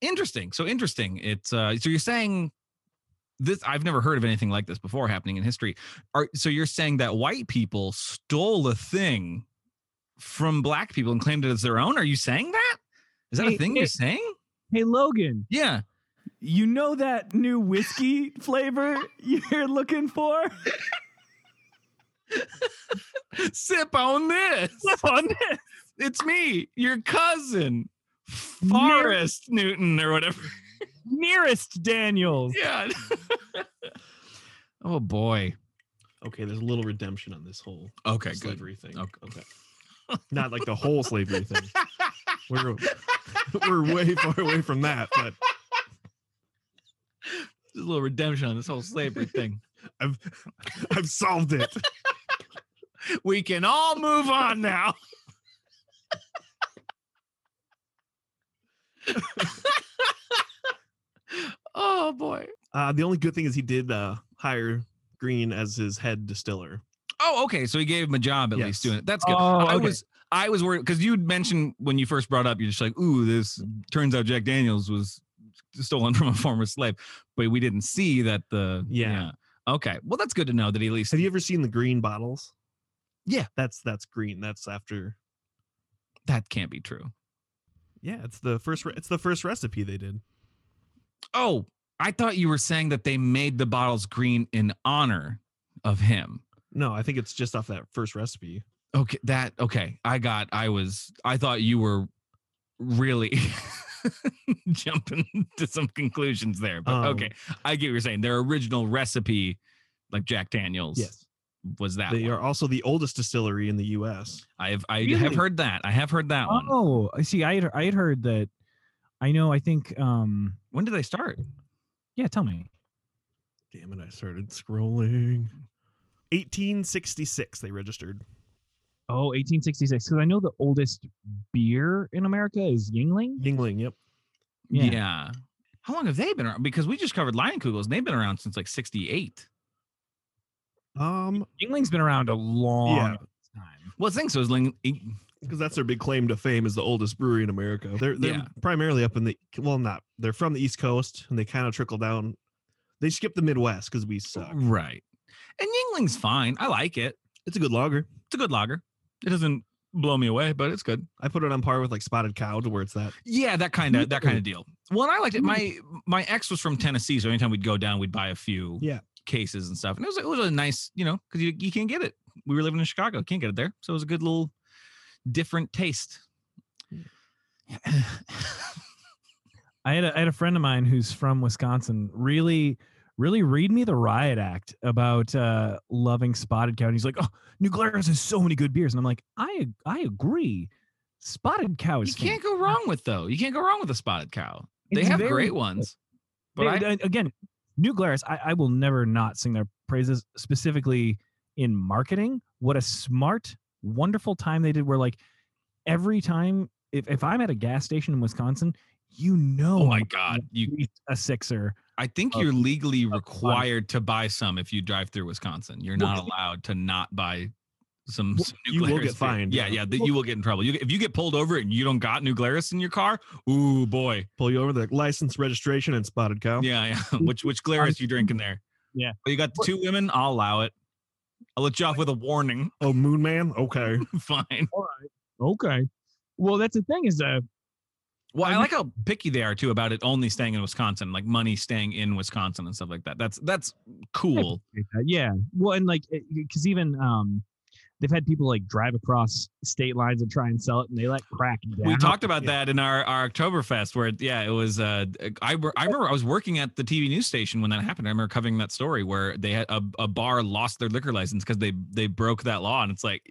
Speaker 2: interesting. So interesting. It's uh, so you're saying this. I've never heard of anything like this before happening in history. Are so you're saying that white people stole a thing from black people and claimed it as their own? Are you saying that? Is that a
Speaker 4: Hey,
Speaker 2: thing
Speaker 4: hey.
Speaker 2: you're saying?
Speaker 4: hey Logan,
Speaker 2: Yeah.
Speaker 5: You know that new whiskey flavor you're looking for?
Speaker 2: Sip on this.
Speaker 4: flip on this.
Speaker 2: It's me, your cousin, Forrest Newton or whatever. *laughs*
Speaker 4: Nearest Daniels. *laughs*
Speaker 2: Yeah. oh boy.
Speaker 3: Okay, there's a little redemption on this whole
Speaker 2: Okay.
Speaker 3: slavery thing.
Speaker 2: Okay.
Speaker 3: Okay.
Speaker 2: *laughs*
Speaker 3: Not like the whole slavery thing. We're we're way far away from that, but
Speaker 2: Just a little redemption on this whole slavery thing.
Speaker 3: I've *laughs* I've solved it.
Speaker 2: we can all move on now. *laughs* oh boy.
Speaker 3: Uh, the only good thing is he did uh, hire Green as his head distiller.
Speaker 2: Oh, okay. So he gave him a job at least
Speaker 3: Yes.
Speaker 2: doing it. That's good.
Speaker 4: Oh,
Speaker 2: I
Speaker 4: okay.
Speaker 2: was I was worried because you'd mentioned when you first brought up, you're just like, ooh, this turns out Jack Daniels was stolen *laughs* from a former slave. But we didn't see that the
Speaker 3: Yeah.
Speaker 2: Okay. Well, that's good to know that he at least
Speaker 3: Have you ever seen the green bottles?
Speaker 2: Yeah.
Speaker 3: that's that's green. That's after.
Speaker 2: that can't be true.
Speaker 3: Yeah, it's the first. Re- it's the first recipe they did.
Speaker 2: Oh, I thought you were saying that they made the bottles green in honor of him.
Speaker 3: No, I think it's just off that first recipe.
Speaker 2: Okay, that okay. I got. I was. I thought you were really *laughs* jumping to some conclusions there. But
Speaker 3: Um,
Speaker 2: okay, I get what you're saying. Their original recipe, like Jack Daniels, was that.
Speaker 3: they
Speaker 2: one.
Speaker 3: are also the oldest distillery in the U.S.
Speaker 2: I've I have
Speaker 3: Really?
Speaker 2: heard that. I have heard that one.
Speaker 4: Oh, I see. I had, I had heard that. I know. I think. Um.
Speaker 2: When did they start?
Speaker 4: Yeah. Tell me.
Speaker 3: Damn it! I started scrolling. 1866, they registered.
Speaker 4: Oh, 1866. Because I know the oldest beer in America is Yingling.
Speaker 3: Yingling, yep.
Speaker 4: Yeah.
Speaker 2: How long have they been around? Because we just covered Lion Kugels, and they've been around since like '68.
Speaker 3: Um,
Speaker 4: Yingling's been around a long
Speaker 3: Yeah.
Speaker 4: time.
Speaker 2: Well, I think so. Is Ling-
Speaker 3: because that's their big claim to fame is the oldest brewery in America. They're they're
Speaker 2: Yeah.
Speaker 3: primarily up in the well, not they're from the East Coast and they kind of trickle down. They skip the Midwest because we suck.
Speaker 2: Right. And Yingling's fine. I like it.
Speaker 3: It's a good lager.
Speaker 2: It's a good lager. It doesn't blow me away, but it's good.
Speaker 3: I put it on par with like Spotted Cow to where it's that.
Speaker 2: Yeah, that kind of that kind of deal. Well, and I liked it. My my ex was from Tennessee, so anytime we'd go down, we'd buy a few
Speaker 3: Yeah.
Speaker 2: cases and stuff. And it was it was a nice, you know, because you you can't get it. We were living in Chicago, can't get it there, so it was a good little different taste.
Speaker 4: I had a, I had a friend of mine who's from Wisconsin. Really, really read me the riot act about uh, loving Spotted Cow. And he's like, "Oh, New Glarus has so many good beers," and I'm like, "I ag- I agree. Spotted Cow
Speaker 2: you
Speaker 4: is
Speaker 2: can't go wrong with though. You can't go wrong with a spotted cow. They
Speaker 4: It's
Speaker 2: have
Speaker 4: very
Speaker 2: great
Speaker 4: good.
Speaker 2: ones.
Speaker 4: They-
Speaker 2: But I,
Speaker 4: they- again, New Glarus, I, I will never not sing their praises, specifically in marketing. What a smart wonderful time they did where like every time if, if I'm at a gas station in Wisconsin, you know
Speaker 2: Oh my
Speaker 4: I'm
Speaker 2: God.
Speaker 4: at
Speaker 2: You,
Speaker 4: least a sixer.
Speaker 2: I think
Speaker 3: Oh,
Speaker 4: Uh,
Speaker 2: you're legally
Speaker 4: fun.
Speaker 2: required to buy some if you drive through Wisconsin. You're not allowed to not buy some,
Speaker 3: Well,
Speaker 2: some
Speaker 3: you will
Speaker 2: Nuglaris
Speaker 3: get
Speaker 2: beer.
Speaker 3: fined,
Speaker 2: Yeah,
Speaker 3: yeah.
Speaker 2: yeah. that you will get in trouble. You, if you get pulled over and you don't got New Glarus in your car, ooh boy.
Speaker 3: Pull you over the license, registration, and spotted cow.
Speaker 2: Yeah, *laughs* yeah. Which which Glarus you drinking there?
Speaker 4: Yeah.
Speaker 2: Well, you got the two women. I'll allow it. I'll let you off with a warning. *laughs*
Speaker 3: Oh, Moon Man. Okay.
Speaker 2: Fine.
Speaker 4: Okay. Well, that's the thing is uh
Speaker 2: Well, I like how picky they are too about it only staying in Wisconsin, like money staying in Wisconsin and stuff like that. That's that's cool.
Speaker 4: appreciate that. Yeah. Well, and like, because even um, they've had people like drive across state lines and try and sell it, and they like crack. Down.
Speaker 2: We
Speaker 4: *laughs*
Speaker 2: talked about that in our our Oktoberfest where yeah, it was uh I, wor- I remember I was working at the TV news station when that happened. I remember covering that story where they had a, a bar lost their liquor license cuz they they broke that law and it's like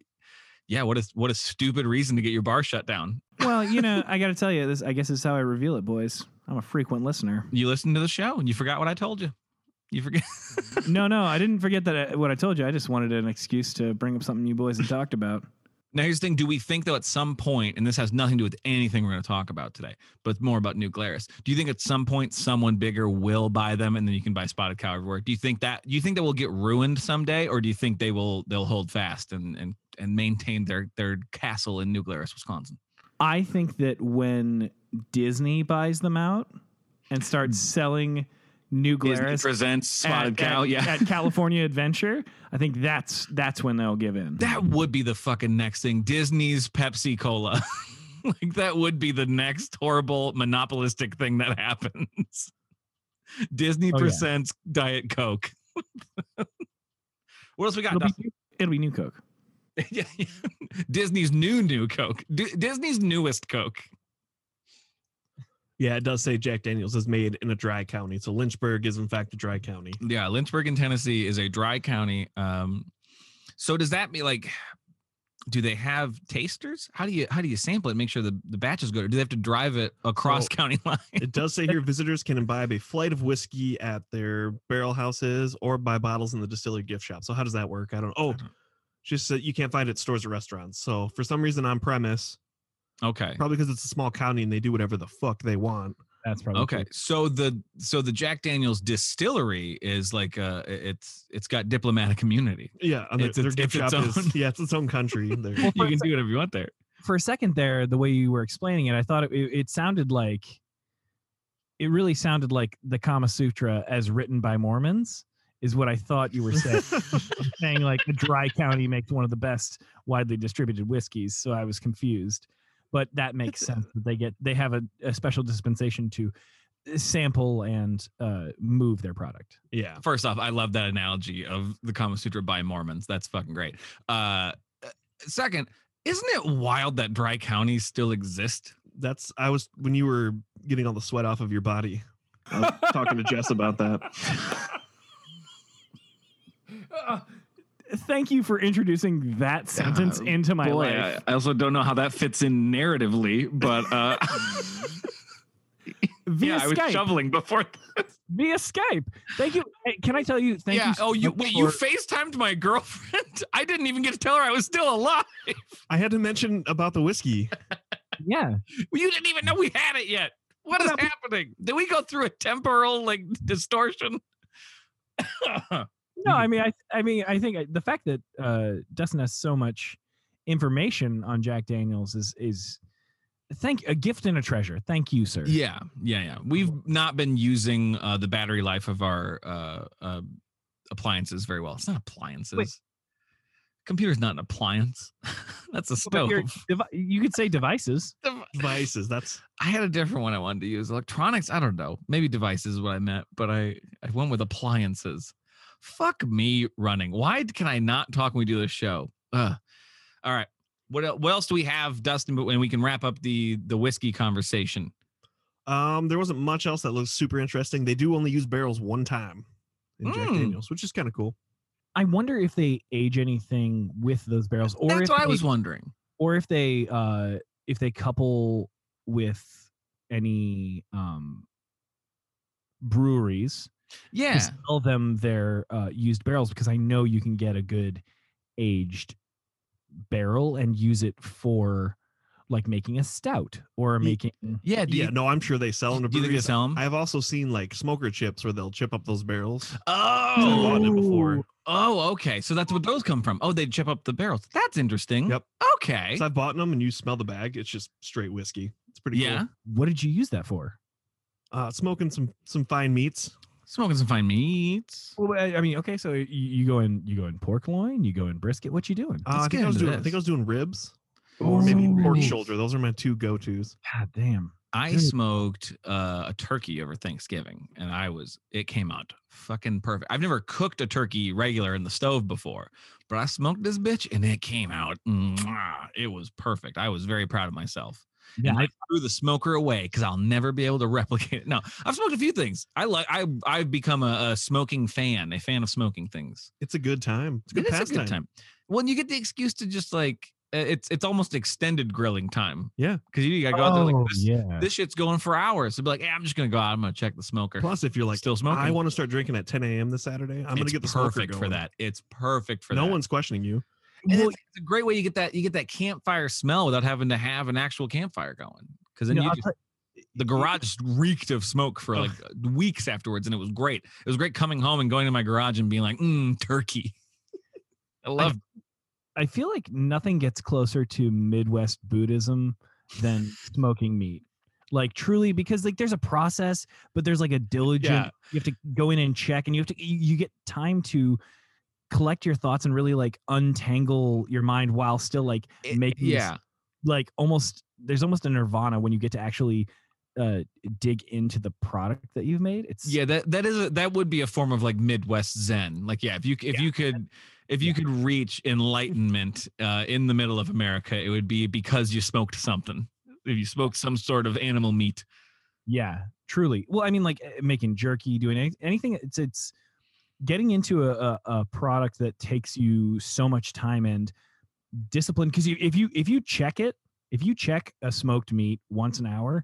Speaker 2: yeah, what is what a stupid reason to get your bar shut down.
Speaker 5: Well, you know, I got to tell you this. I guess this is how I reveal it, boys. I'm a frequent listener.
Speaker 2: You listened to the show and you forgot what I told you. You forget
Speaker 5: No, no, I didn't forget that I, what I told you. I just wanted an excuse to bring up something you boys had talked about.
Speaker 2: Now here's the thing: Do we think though at some point, and this has nothing to do with anything we're going to talk about today, but more about New Glarus? Do you think at some point someone bigger will buy them, and then you can buy Spotted Cow everywhere? Do you think that? Do you think that will get ruined someday, or do you think they will they'll hold fast and and and maintain their their castle in New Glarus, Wisconsin?
Speaker 5: I think that when Disney buys them out and starts
Speaker 4: Hmm.
Speaker 5: selling New Glarus
Speaker 2: presents Spotted
Speaker 5: at,
Speaker 2: Cow.
Speaker 5: at-
Speaker 2: yeah,
Speaker 5: at California Adventure, I think that's that's when they'll give in.
Speaker 2: that would be the fucking next thing. Disney's Pepsi Cola. *laughs* like that would be the next horrible monopolistic thing that happens. Disney
Speaker 4: Oh, yeah.
Speaker 2: presents Diet Coke. *laughs* what else we got?
Speaker 5: it'll, be, it'll be New Coke.
Speaker 2: Dustin? *laughs* Yeah, yeah. Disney's new new Coke. D- Disney's newest Coke.
Speaker 3: Yeah, it does say Jack Daniels is made in a dry county. So Lynchburg is in fact a dry county.
Speaker 2: Yeah, Lynchburg in Tennessee is a dry county. Um, so does that mean like, do they have tasters? How do you how do you sample it? Make sure the the batch is good, or do they have to drive it across
Speaker 3: So-
Speaker 2: county *laughs* lines?
Speaker 3: It does say here visitors can imbibe a flight of whiskey at their barrel houses or buy bottles in the distillery gift shop. So how does that work? I don't. Oh,
Speaker 2: Uh-huh.
Speaker 3: just that you can't find it at stores or restaurants. So for some reason on premise,
Speaker 2: Okay.
Speaker 3: probably because it's a small county and they do whatever the fuck they want.
Speaker 4: That's probably
Speaker 2: Okay. So the so the Jack Daniel's distillery is like uh it's it's got diplomatic immunity.
Speaker 3: Yeah, and their,
Speaker 2: It's its-
Speaker 3: their gift
Speaker 2: it's
Speaker 3: shop
Speaker 2: its own.
Speaker 3: is yeah, it's its own
Speaker 2: *laughs*
Speaker 3: country. There.
Speaker 2: You can do whatever you want there.
Speaker 4: For a second there, the way you were explaining it, I thought it, it, it sounded like it really sounded like the Kama Sutra as written by Mormons is what I thought you
Speaker 2: *laughs*
Speaker 4: were saying. saying like the dry county makes one of the best widely distributed whiskeys, so I was confused. But that makes sense that they get they have a, a special dispensation to sample and uh, move their product.
Speaker 3: yeah,
Speaker 2: First off, I love that analogy of the Kama Sutra by Mormons. That's fucking great. Uh second, isn't it wild that dry counties still exist?
Speaker 3: that's I was when you were getting all the sweat off of your body. I was talking to Jess about
Speaker 2: *laughs*
Speaker 3: that.
Speaker 5: Thank you for introducing that sentence into my life.
Speaker 2: I also don't know how that fits in narratively, but uh *laughs*
Speaker 5: Via Skype.
Speaker 2: shoveling before.
Speaker 4: Via Skype. Thank you. Hey, Can I tell you? Thank
Speaker 2: yeah.
Speaker 4: you.
Speaker 2: oh, you
Speaker 4: much
Speaker 2: wait. You
Speaker 4: for-
Speaker 2: FaceTimed my *laughs* girlfriend. I didn't even get to tell her I was still alive.
Speaker 3: I had to mention about the whiskey.
Speaker 4: yeah.
Speaker 2: You didn't even know we had it yet. What is happening? Did we go through a temporal like distortion? *laughs*
Speaker 4: No, I mean, I, I mean, I think I- the fact that uh, Dustin has so much information on Jack Daniels is is thank a gift and a treasure. Thank you, sir.
Speaker 2: yeah, yeah, yeah. We've not been using uh, the battery life of our uh, uh, appliances very well. It's not appliances. Computer's not an appliance. *laughs* That's a
Speaker 4: But
Speaker 2: stove.
Speaker 4: your devi- you could say devices.
Speaker 3: Devices. That's
Speaker 2: I had a different one I wanted to use. Electronics, I don't know. Maybe devices is what I meant, but I, I went with appliances. Fuck me running. Why can I not talk when we do this show? Ugh. All right. What, el- what else do we have, Dustin? But when we can wrap up the the whiskey conversation.
Speaker 3: Um, there wasn't much else that looks super interesting. They do only use barrels one time in Jack
Speaker 2: Mm.
Speaker 3: Daniels, which is kind of cool.
Speaker 4: I wonder if they age anything with those barrels, or
Speaker 2: That's
Speaker 4: if
Speaker 2: what
Speaker 4: they,
Speaker 2: I was wondering.
Speaker 4: or if they uh, if they couple with any um, breweries
Speaker 2: Yeah.
Speaker 4: to sell them their uh, used barrels, because I know you can get a good aged barrel and use it for like making a stout or
Speaker 3: Ye-
Speaker 4: making
Speaker 2: Yeah, do
Speaker 3: yeah,
Speaker 2: you,
Speaker 3: no, I'm sure they sell them to
Speaker 2: do you think they
Speaker 3: breweries.
Speaker 2: sell them?
Speaker 3: I've also seen like smoker chips where they'll chip up those barrels. I've bought
Speaker 2: oh,
Speaker 3: it before.
Speaker 2: oh, okay. So that's what those come from. Oh, they chip up the barrels. That's interesting.
Speaker 3: Yep.
Speaker 2: Okay.
Speaker 3: So I've bought them, and you smell the bag. It's just straight whiskey. It's pretty
Speaker 2: yeah,
Speaker 4: what did you use that for?
Speaker 3: cool. Uh, smoking some some fine meats.
Speaker 2: smoking some fine meats.
Speaker 4: Well, I I mean, okay, so you, you go in, you go in pork loin, you go in brisket. What you doing?
Speaker 3: Uh,
Speaker 2: Let's
Speaker 3: I, think
Speaker 2: get
Speaker 3: I, was
Speaker 2: into
Speaker 3: doing, I
Speaker 2: this.
Speaker 3: think I was doing ribs or maybe
Speaker 4: Ooh.
Speaker 3: pork shoulder. Those are my two go tos.
Speaker 4: God damn.
Speaker 2: I
Speaker 4: Dude.
Speaker 2: smoked uh, a turkey over Thanksgiving, and I was it came out fucking perfect. I've never cooked a turkey regular in the stove before, but I smoked this bitch, and it came out. mwah, It was perfect. I was very proud of myself.
Speaker 4: Yeah,
Speaker 2: I threw the smoker away because I'll never be able to *laughs* replicate it. No, I've smoked a few things. I like I I've become a, a smoking fan, a fan of smoking things.
Speaker 3: It's a good time. It's a good
Speaker 2: It is
Speaker 3: pastime.
Speaker 2: Well, and you get the excuse to just like uh, it's it's almost extended grilling time.
Speaker 3: Yeah.
Speaker 2: because you gotta go out there like this
Speaker 4: Oh, yeah.
Speaker 2: this shit's going for hours. It'd be like, hey, I'm just gonna go out. I'm gonna check the smoker.
Speaker 3: Plus, if you're like,
Speaker 2: Still smoking.
Speaker 3: I want to start drinking at 10 a.m. this Saturday. I'm gonna
Speaker 2: It's
Speaker 3: get the smoker
Speaker 2: perfect for
Speaker 3: going.
Speaker 2: that. It's perfect for
Speaker 3: no
Speaker 2: that.
Speaker 3: one's questioning you.
Speaker 2: And
Speaker 4: Well,
Speaker 2: it's, it's a great way you get that you get that campfire smell without having to have an actual campfire going. Because then
Speaker 4: you know,
Speaker 2: you
Speaker 4: I'll
Speaker 2: just,
Speaker 4: tell-
Speaker 2: the garage reeked of smoke for
Speaker 3: Ugh.
Speaker 2: like weeks afterwards, and it was great. It was great coming home and going to my garage and being like, mm, turkey. *laughs* I love.
Speaker 4: I feel like nothing gets closer to Midwest Buddhism than smoking meat. Like truly, because like there's a process, but there's like a diligent.
Speaker 3: Yeah.
Speaker 4: You have to go in and check, and you have to you, you get time to collect your thoughts and really like untangle your mind while still like
Speaker 2: it.
Speaker 4: making this-
Speaker 2: yeah.
Speaker 4: like almost there's almost a nirvana when you get to actually uh dig into the product that you've made. It's
Speaker 2: Yeah, that that is a, that would be a form of like Midwest Zen. Like, yeah, if you if you could if you
Speaker 4: yeah.
Speaker 2: could reach enlightenment uh, in the middle of America, it would be because you smoked something. If you smoked some sort of animal meat,
Speaker 4: Yeah, truly. Well, I mean, like eh, making jerky, doing any- anything. It's it's getting into a, a, a product that takes you so much time and discipline. Because you, if you if you check it, if you check a smoked meat once an hour,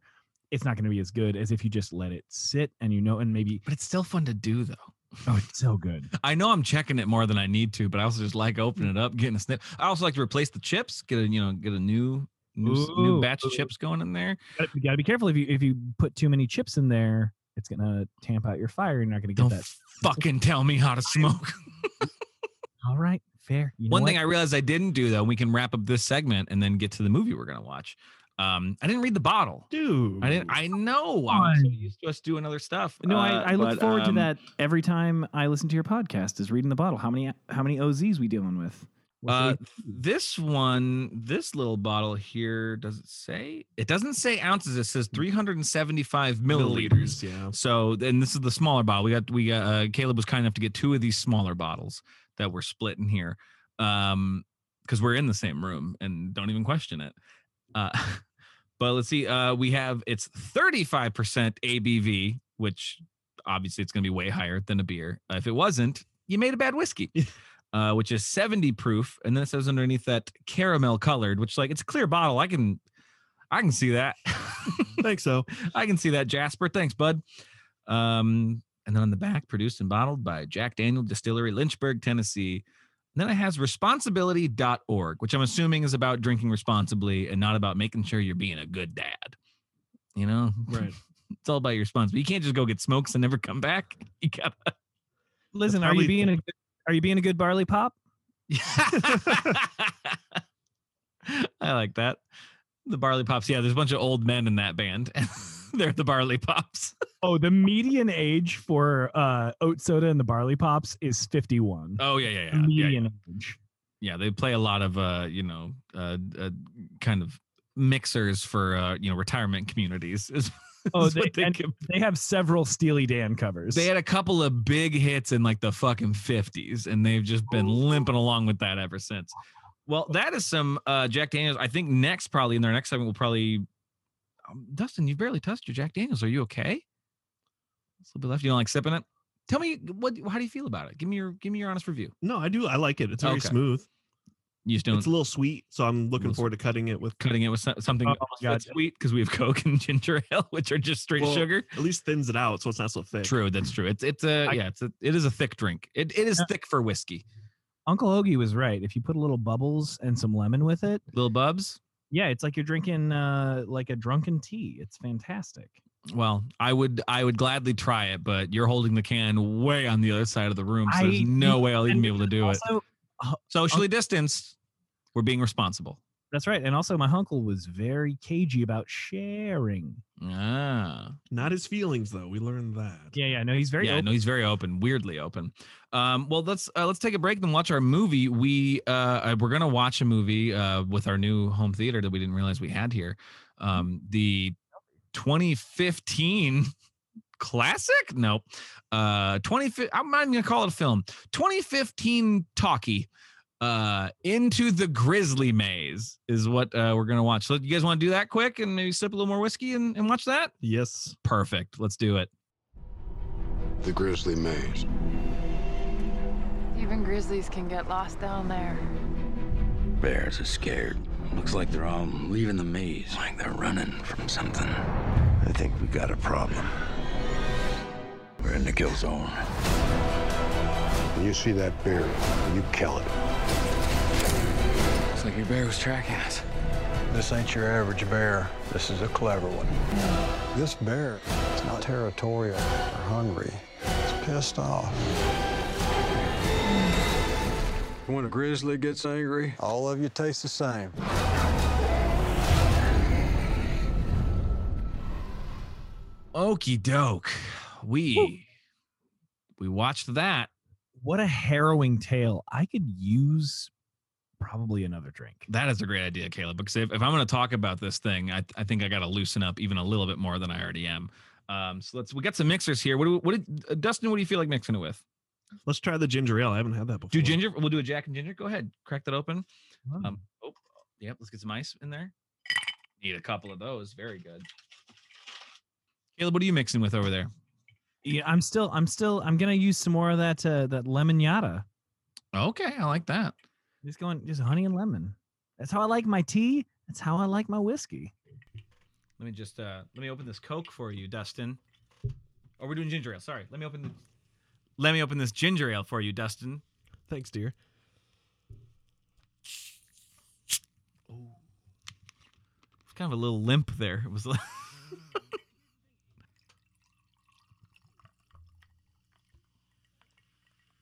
Speaker 4: it's not going to be as good as if you just let it sit and you know and maybe *laughs*
Speaker 2: but it's still fun to do though.
Speaker 4: oh, it's so good.
Speaker 2: I know I'm checking it more than I need to, but I also just like opening it up, getting a snip. I also like to replace the chips, get a you know get a new new s- new
Speaker 4: Ooh.
Speaker 2: batch of chips going in there.
Speaker 4: Gotta- You got to be careful if you if you put too many chips in there, it's going to tamp out your fire. You're not going to
Speaker 2: Don't
Speaker 4: get that.
Speaker 2: fucking tell me *laughs* how to smoke.
Speaker 4: All right, fair. You know
Speaker 2: One
Speaker 4: what?
Speaker 2: thing I realized I didn't do though, and we can wrap up this segment and then get to the movie we're gonna watch. Um, I didn't read the bottle.
Speaker 3: Dude.
Speaker 2: I didn't. I know. I'm so
Speaker 4: Fine.
Speaker 2: used to us doing other stuff.
Speaker 5: No,
Speaker 2: Uh,
Speaker 5: I, I look
Speaker 2: but,
Speaker 5: forward
Speaker 2: um,
Speaker 5: to that every time I listen to your podcast. Is reading the bottle. How many how many OZs we dealing with?
Speaker 4: What
Speaker 2: Uh,
Speaker 4: should we-
Speaker 2: this one, this little bottle here, does it say? It doesn't say ounces. It says 375 *laughs* milliliters.
Speaker 3: Yeah. *laughs*
Speaker 2: So, and this is the smaller bottle. We got we got, uh, Caleb was kind enough to get two of these smaller bottles that were split in here, um, because we're in the same room and don't even question it. Uh, *laughs* but let's see. Uh, we have it's 35 percent ABV, which obviously it's going to be way higher than a beer. Uh, if it wasn't, you made a bad whiskey. Uh, which is 70 proof, and then it says underneath that caramel colored, which like it's a clear bottle. I can, I can see that. *laughs*
Speaker 3: Thanks, so.
Speaker 2: I can see that, Jasper. Thanks, bud. Um, and then on the back, produced and bottled by Jack Daniel Distillery, Lynchburg, Tennessee. And then it has responsibility.org, which I'm assuming is about drinking responsibly and not about making sure you're being a good dad. You know,
Speaker 3: Right.
Speaker 2: it's all about your responsibility. You can't just go get smokes and never come back. *laughs* You got
Speaker 4: Listen, are
Speaker 3: probably-
Speaker 4: you being a good, are you being a good barley pop?
Speaker 2: I like that. The Barley Pops. Yeah, there's a bunch of old men in that band. *laughs* They're the Barley Pops.
Speaker 4: Oh, the median age for uh, oat soda and the barley pops is 51.
Speaker 2: Oh, yeah, yeah, yeah.
Speaker 4: The
Speaker 2: yeah, yeah.
Speaker 4: median
Speaker 2: *laughs*
Speaker 4: age.
Speaker 2: yeah they play a lot of uh you know uh, uh kind of mixers for uh you know retirement communities *laughs* is,
Speaker 4: Oh,
Speaker 2: is
Speaker 4: they,
Speaker 2: what they,
Speaker 4: and
Speaker 2: give-
Speaker 4: they have several Steely Dan covers.
Speaker 2: they had a couple of big hits in like the fucking 50s and they've just
Speaker 4: Oh,
Speaker 2: been limping along with that ever since well that is some uh jack daniels i think next probably in their next segment we'll probably um, dustin you barely touched your jack daniels are you okay it's a little bit left you don't like sipping it tell me what how do you feel about it give me your give me your honest review
Speaker 3: No, I do. I like it. It's very
Speaker 2: Okay.
Speaker 3: smooth.
Speaker 2: you just don't
Speaker 3: It's a little sweet, so I'm looking
Speaker 2: Little
Speaker 3: forward to cutting it with
Speaker 2: cutting it with so- something
Speaker 4: Oh,
Speaker 2: else that's
Speaker 4: gotcha.
Speaker 2: sweet because we have Coke and *laughs* ginger ale, which are just straight
Speaker 3: Well,
Speaker 2: sugar.
Speaker 3: at least thins it out so it's not so thick.
Speaker 2: True, that's true. It's it's a
Speaker 4: eh, I-
Speaker 2: yeah, it's a it is a thick drink. It it is
Speaker 4: Yeah.
Speaker 2: thick for whiskey.
Speaker 4: Uncle Hoagie was right. If you put a little bubbles and some lemon with it,
Speaker 2: Little Bubs.
Speaker 4: yeah, it's like you're drinking uh, like a drunken tea. It's fantastic.
Speaker 2: Well, I would I would gladly try it, but you're holding the can way on the other side of the room, so
Speaker 4: I-
Speaker 2: there's no way I'll even be able to do it.
Speaker 4: also,
Speaker 2: Socially distanced, we're being responsible.
Speaker 4: that's right. And also, my uncle was very cagey about sharing.
Speaker 2: Ah,
Speaker 3: Not his feelings though. We learned that.
Speaker 4: Yeah, yeah. No, he's very
Speaker 2: yeah,
Speaker 4: open.
Speaker 2: no, he's very open, weirdly open. Um, well, let's uh, let's take a break then watch our movie. We uh, uh, we're gonna watch a movie uh, with our new home theater that we didn't realize we had here. Um, the 2015 *laughs* classic? Nope. Uh, 20. I'm not even gonna call it a film. 2015 talkie. Uh, into the Grizzly Maze is what uh, we're gonna watch. So you guys want to do that quick and maybe sip a little more whiskey and, and watch that?
Speaker 3: Yes.
Speaker 2: Perfect. Let's do it.
Speaker 7: The Grizzly Maze.
Speaker 8: Even grizzlies can get lost down there.
Speaker 9: Bears are scared. Looks like they're all leaving the maze, like they're running from something.
Speaker 7: I think we got a problem.
Speaker 9: We're in the kill zone.
Speaker 7: When you see that bear, you kill it.
Speaker 9: Looks like your bear was tracking us.
Speaker 10: This ain't your average bear. This is a clever one. This bear is not territorial or hungry. It's pissed off.
Speaker 9: When a grizzly gets angry,
Speaker 10: All of you taste the same.
Speaker 2: Okie doke. We we watched that.
Speaker 4: what a harrowing tale. I could use probably another drink.
Speaker 2: That is a great idea, Caleb. Because if, if I'm going to talk about this thing, I, I think I got to loosen up even a little bit more than I already am. Um, so let's we got some mixers here. What do, what did, uh, Dustin? What do you feel like mixing it with?
Speaker 3: Let's try the ginger ale. I haven't had that before.
Speaker 2: Do ginger? We'll do a Jack and ginger. Go ahead, crack that open.
Speaker 4: Um,
Speaker 2: Um, oh, yep. Let's get some ice in there. Need a couple of those. Very good. Caleb, what are you mixing with over there?
Speaker 4: yeah, I'm still, I'm still, I'm gonna use some more of that uh, that lemon yada.
Speaker 2: Okay, I like that.
Speaker 4: Just going, just honey and lemon. That's how I like my tea. That's how I like my whiskey.
Speaker 2: Let me just uh let me open this Coke for you, Dustin. Oh, we're doing ginger ale. Sorry. Let me open Let me open this ginger ale for you, Dustin.
Speaker 3: Thanks, dear.
Speaker 2: It's kind of a little *laughs* limp there. It was like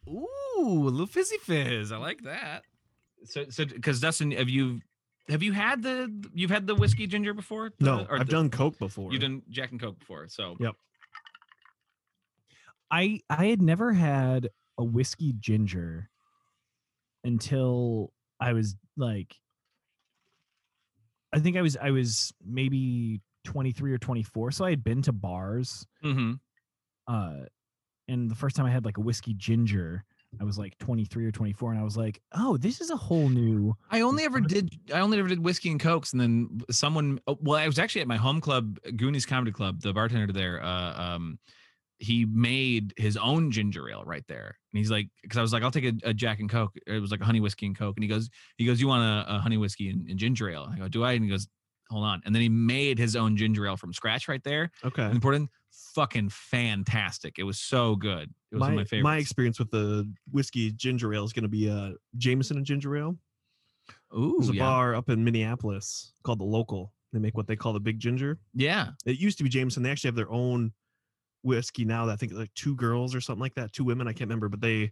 Speaker 2: Ooh, a little fizzy fizz. I like that. So so cuz Dustin, have you have you had the you've had the whiskey ginger before?
Speaker 3: No,
Speaker 2: The- or
Speaker 3: I've
Speaker 2: the-
Speaker 3: done Coke before.
Speaker 2: You've done Jack and Coke before. So
Speaker 3: Yeah.
Speaker 4: I I had never had a whiskey ginger until I was like I think I was I was maybe 23 or 24 so I had been to bars
Speaker 2: Mhm.
Speaker 4: uh and the first time I had like a whiskey ginger I was like 23 or 24 and I was like oh this is a whole new
Speaker 2: I only ever did I only ever did whiskey and cokes, and then someone. oh, Well, I was actually at my home club, Goonies Comedy Club. The bartender there, uh, um, he made his own ginger ale right there, and he's like, because I was like, I'll take a, a Jack and Coke. It was like a honey whiskey and Coke, and he goes, he goes, you want a, a honey whiskey and, and ginger ale? I go, do I? And he goes, hold on, and then he made his own ginger ale from scratch right there.
Speaker 3: Okay.
Speaker 2: And poured it in. fucking fantastic. It was so good. It was one
Speaker 3: my,
Speaker 2: of my favorites.
Speaker 3: my experience with the whiskey ginger ale is going to be uh, Jameson and ginger ale.
Speaker 2: Ooh,
Speaker 3: There's a
Speaker 2: yeah.
Speaker 3: bar up in Minneapolis called the Local. They make what they call the Big Ginger.
Speaker 2: yeah.
Speaker 3: It used to be Jameson. They actually have their own whiskey now. That I think like two girls or something like that, two women. I can't remember, but they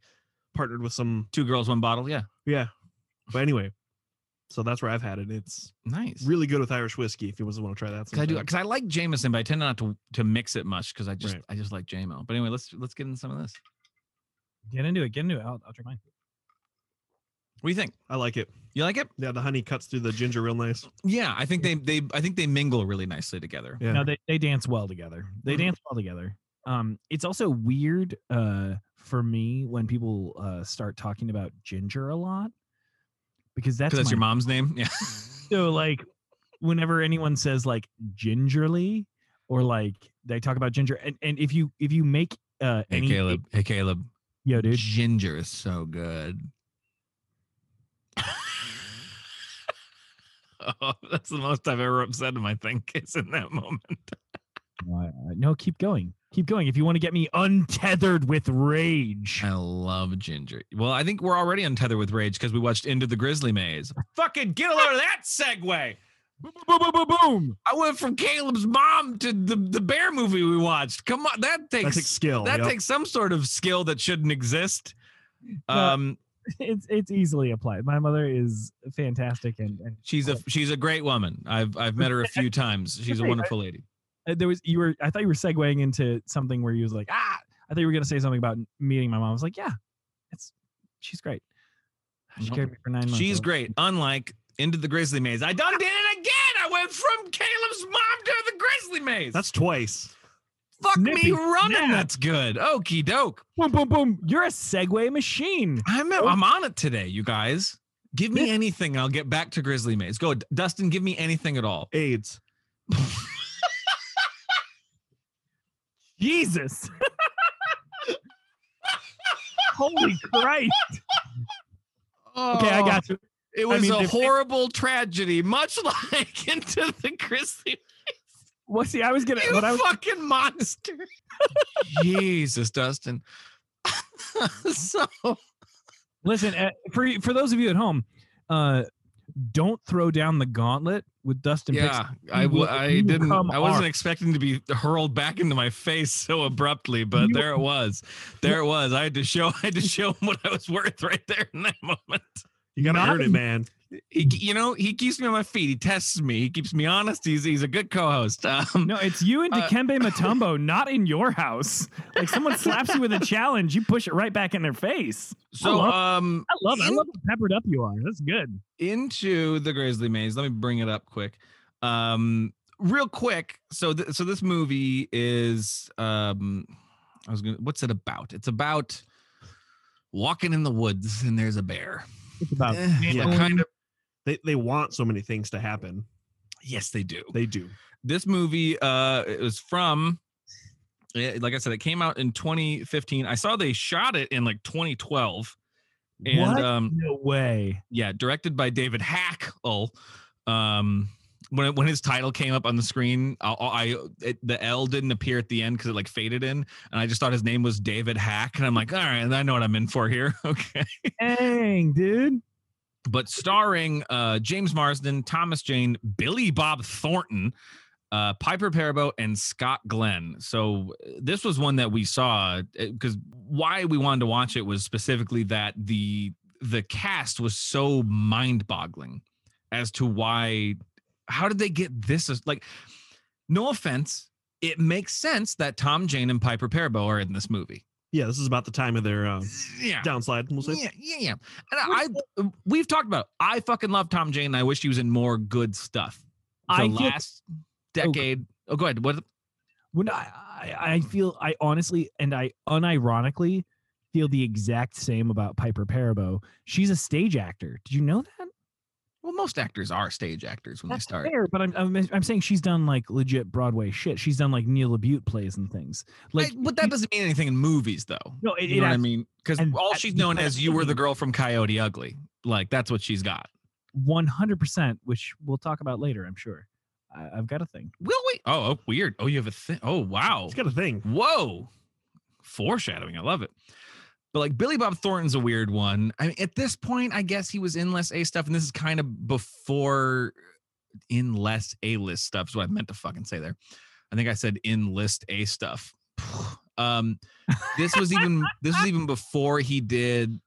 Speaker 3: partnered with some.
Speaker 2: Two girls, one bottle. Yeah,
Speaker 3: Yeah. But anyway, so that's where I've had it. It's
Speaker 2: nice.
Speaker 3: really good with Irish whiskey. If you want to try that,
Speaker 2: Cause I do
Speaker 3: sometime.
Speaker 2: because I like Jameson, but I tend not to to mix it much because I just
Speaker 3: Right.
Speaker 2: I just like JMO. But anyway, let's let's get into some of this.
Speaker 4: get into it get into it I'll, I'll drink mine
Speaker 2: What do you think?
Speaker 3: I like it.
Speaker 2: You like it?
Speaker 3: Yeah, the honey cuts through the ginger real nice.
Speaker 2: Yeah, I think they they I think they mingle really nicely together.
Speaker 3: Yeah.
Speaker 4: No, they, they dance well together. They
Speaker 2: Mm-hmm.
Speaker 4: dance well together. Um, it's also weird uh, for me when people uh, start talking about ginger a lot because that's,
Speaker 2: Because that's your
Speaker 4: my-
Speaker 2: mom's name. Yeah.
Speaker 4: So like, whenever anyone says like gingerly or like they talk about ginger, and, and if you if you make uh, any
Speaker 2: Hey Caleb.
Speaker 4: *laughs* yo dude,
Speaker 2: Ginger is so
Speaker 4: *laughs*
Speaker 2: good. oh, that's the most I've ever upset him. I think is in that moment.
Speaker 4: no, I- I- no, keep going. Keep going. If you want to get me untethered with rage. *laughs*
Speaker 2: I love Ginger. Well, I think we're already untethered with rage because we watched Into the Grizzly Maze. Fucking get a load of that segue.
Speaker 4: Boom, boom, boom, boom, boom.
Speaker 2: I went from Caleb's mom to the, the bear movie we watched. Come on, that
Speaker 3: That
Speaker 2: takes
Speaker 3: takes skill.
Speaker 2: that
Speaker 3: yep.
Speaker 2: takes some sort of skill that shouldn't exist. Um,
Speaker 4: It's it's easily applied. My mother is fantastic, and, and
Speaker 2: she's a she's a great woman. I've I've met her a few times. She's a
Speaker 4: Right.
Speaker 2: wonderful lady.
Speaker 4: uh, there was you were. I thought you were segueing into something where you was like, ah, I thought you were gonna say something about meeting my mom. I was like, yeah, it's she's great. She
Speaker 2: Nope.
Speaker 4: carried me for nine months.
Speaker 2: She's great. Unlike Into the Grizzly Maze, I done did it again. I went from Caleb's mom to the Grizzly Maze.
Speaker 3: That's twice.
Speaker 2: fuck me
Speaker 4: snippy
Speaker 2: running.
Speaker 4: snap.
Speaker 2: That's good. Okie doke.
Speaker 4: Boom, boom, boom. You're a segue machine.
Speaker 2: I'm I'm on it today, you guys. Give me anything, I'll get back to Grizzly Maze. Go, D- Dustin. Give me anything at all.
Speaker 3: AIDS.
Speaker 4: Jesus. *laughs* Holy Christ. Okay,
Speaker 2: Oh.
Speaker 4: I got you.
Speaker 2: It was
Speaker 4: mean,
Speaker 2: a
Speaker 4: did-
Speaker 2: horrible tragedy, much *laughs* like Into the Grizzly.
Speaker 4: Well, see, I was gonna
Speaker 2: You
Speaker 4: what I was
Speaker 2: fucking
Speaker 4: *laughs*
Speaker 2: monster. Jesus, Dustin. *laughs* so
Speaker 4: Listen, uh, for y- for those of you at home, uh, don't throw down the gauntlet with Dustin. Picks.
Speaker 2: yeah, I
Speaker 4: You
Speaker 2: w-
Speaker 4: will-
Speaker 2: I
Speaker 4: you will
Speaker 2: didn't.
Speaker 4: come
Speaker 2: I wasn't
Speaker 4: armed.
Speaker 2: expecting to be hurled back into my face so abruptly, but
Speaker 4: You-
Speaker 2: there it was. There it was. I had to show. *laughs* I had to show him what I was worth right there in that moment.
Speaker 3: You gotta
Speaker 4: Not
Speaker 3: earn it, man.
Speaker 2: He,
Speaker 4: Mm.
Speaker 2: you know, he keeps me on my feet. He tests me. He keeps me honest. He's he's a good co-host. Um,
Speaker 4: *laughs*
Speaker 5: No, it's you and
Speaker 2: Uh,
Speaker 5: Dikembe Matumbo, not in your house. Like someone slaps you with
Speaker 4: *laughs*
Speaker 5: a challenge, you push it right back in their face.
Speaker 2: so
Speaker 4: love-
Speaker 2: um,
Speaker 4: I love it. I
Speaker 2: in-
Speaker 4: love how peppered up you are. That's good.
Speaker 2: into the Grizzly Maze. Let me bring it up quick. Um, real quick. So, th- so this movie is um, I was gonna. What's it about? It's about walking in the woods and there's a bear.
Speaker 4: It's about
Speaker 2: Eh, it's
Speaker 3: Uh, yeah.
Speaker 2: kind of.
Speaker 3: They they want so many things to happen.
Speaker 2: Yes, they do.
Speaker 3: They do.
Speaker 2: This movie uh, it was from. eh, Like I said, it came out in 2015. I saw they shot it in like 2012, and
Speaker 4: What?
Speaker 2: um,
Speaker 4: no way.
Speaker 2: yeah, directed by David Hackle. Um, when when his title came up on the screen, I, I it, the L didn't appear at the end because it like faded in, and I just thought his name was David Hack, and I'm like, all right, I know what I'm in for here. *laughs* Okay,
Speaker 4: Dang, dude.
Speaker 2: but starring uh, James Marsden, Thomas Jane, Billy Bob Thornton. Uh, Piper Perabo and Scott Glenn. So uh, this was one that we saw because why we wanted to watch it was specifically that the the cast was so mind-boggling as to why how did they get this as like no offense it makes sense that tom jane and piper perabo are in this movie
Speaker 3: Yeah, this is about the time of their uh,
Speaker 2: yeah
Speaker 3: downslide. We'll say.
Speaker 2: yeah, yeah, yeah. And I, um, we've talked about. It. I fucking love Tom Jane. and I wish he was in more good stuff. The
Speaker 4: I feel-
Speaker 2: last
Speaker 4: go-
Speaker 2: decade. Oh, go ahead. What?
Speaker 4: When I, I I feel I honestly and I unironically feel the exact same about Piper Parabo. She's a stage actor. Did you know that?
Speaker 2: Well, most actors are stage actors when
Speaker 4: That's
Speaker 2: they start.
Speaker 4: fair, but I'm, I'm I'm saying she's done like legit Broadway shit. She's done like Neil LaBute plays and things. Like
Speaker 2: Like, but that doesn't mean anything in movies, though.
Speaker 4: no, it,
Speaker 2: you
Speaker 4: it
Speaker 2: know what I
Speaker 4: actually-
Speaker 2: mean? Because
Speaker 4: and
Speaker 2: all
Speaker 4: that-
Speaker 2: she's known as "You Were the Girl from Coyote Ugly." Like that's what she's got.
Speaker 4: 100%, which we'll talk about later, I'm sure. I, I've got a thing.
Speaker 2: Will we? Oh, oh weird. Oh, you have a thing. Oh, wow.
Speaker 3: It's got a thing.
Speaker 2: Whoa. Foreshadowing. I love it. But like Billy Bob Thornton's a weird one. I mean, at this point, I guess he was in less A stuff, and this is kind of before in less A list stuff. Is what I meant to fucking say there. I think I said in list A stuff. *sighs* Um, this was
Speaker 3: *laughs*
Speaker 2: even this was even before he did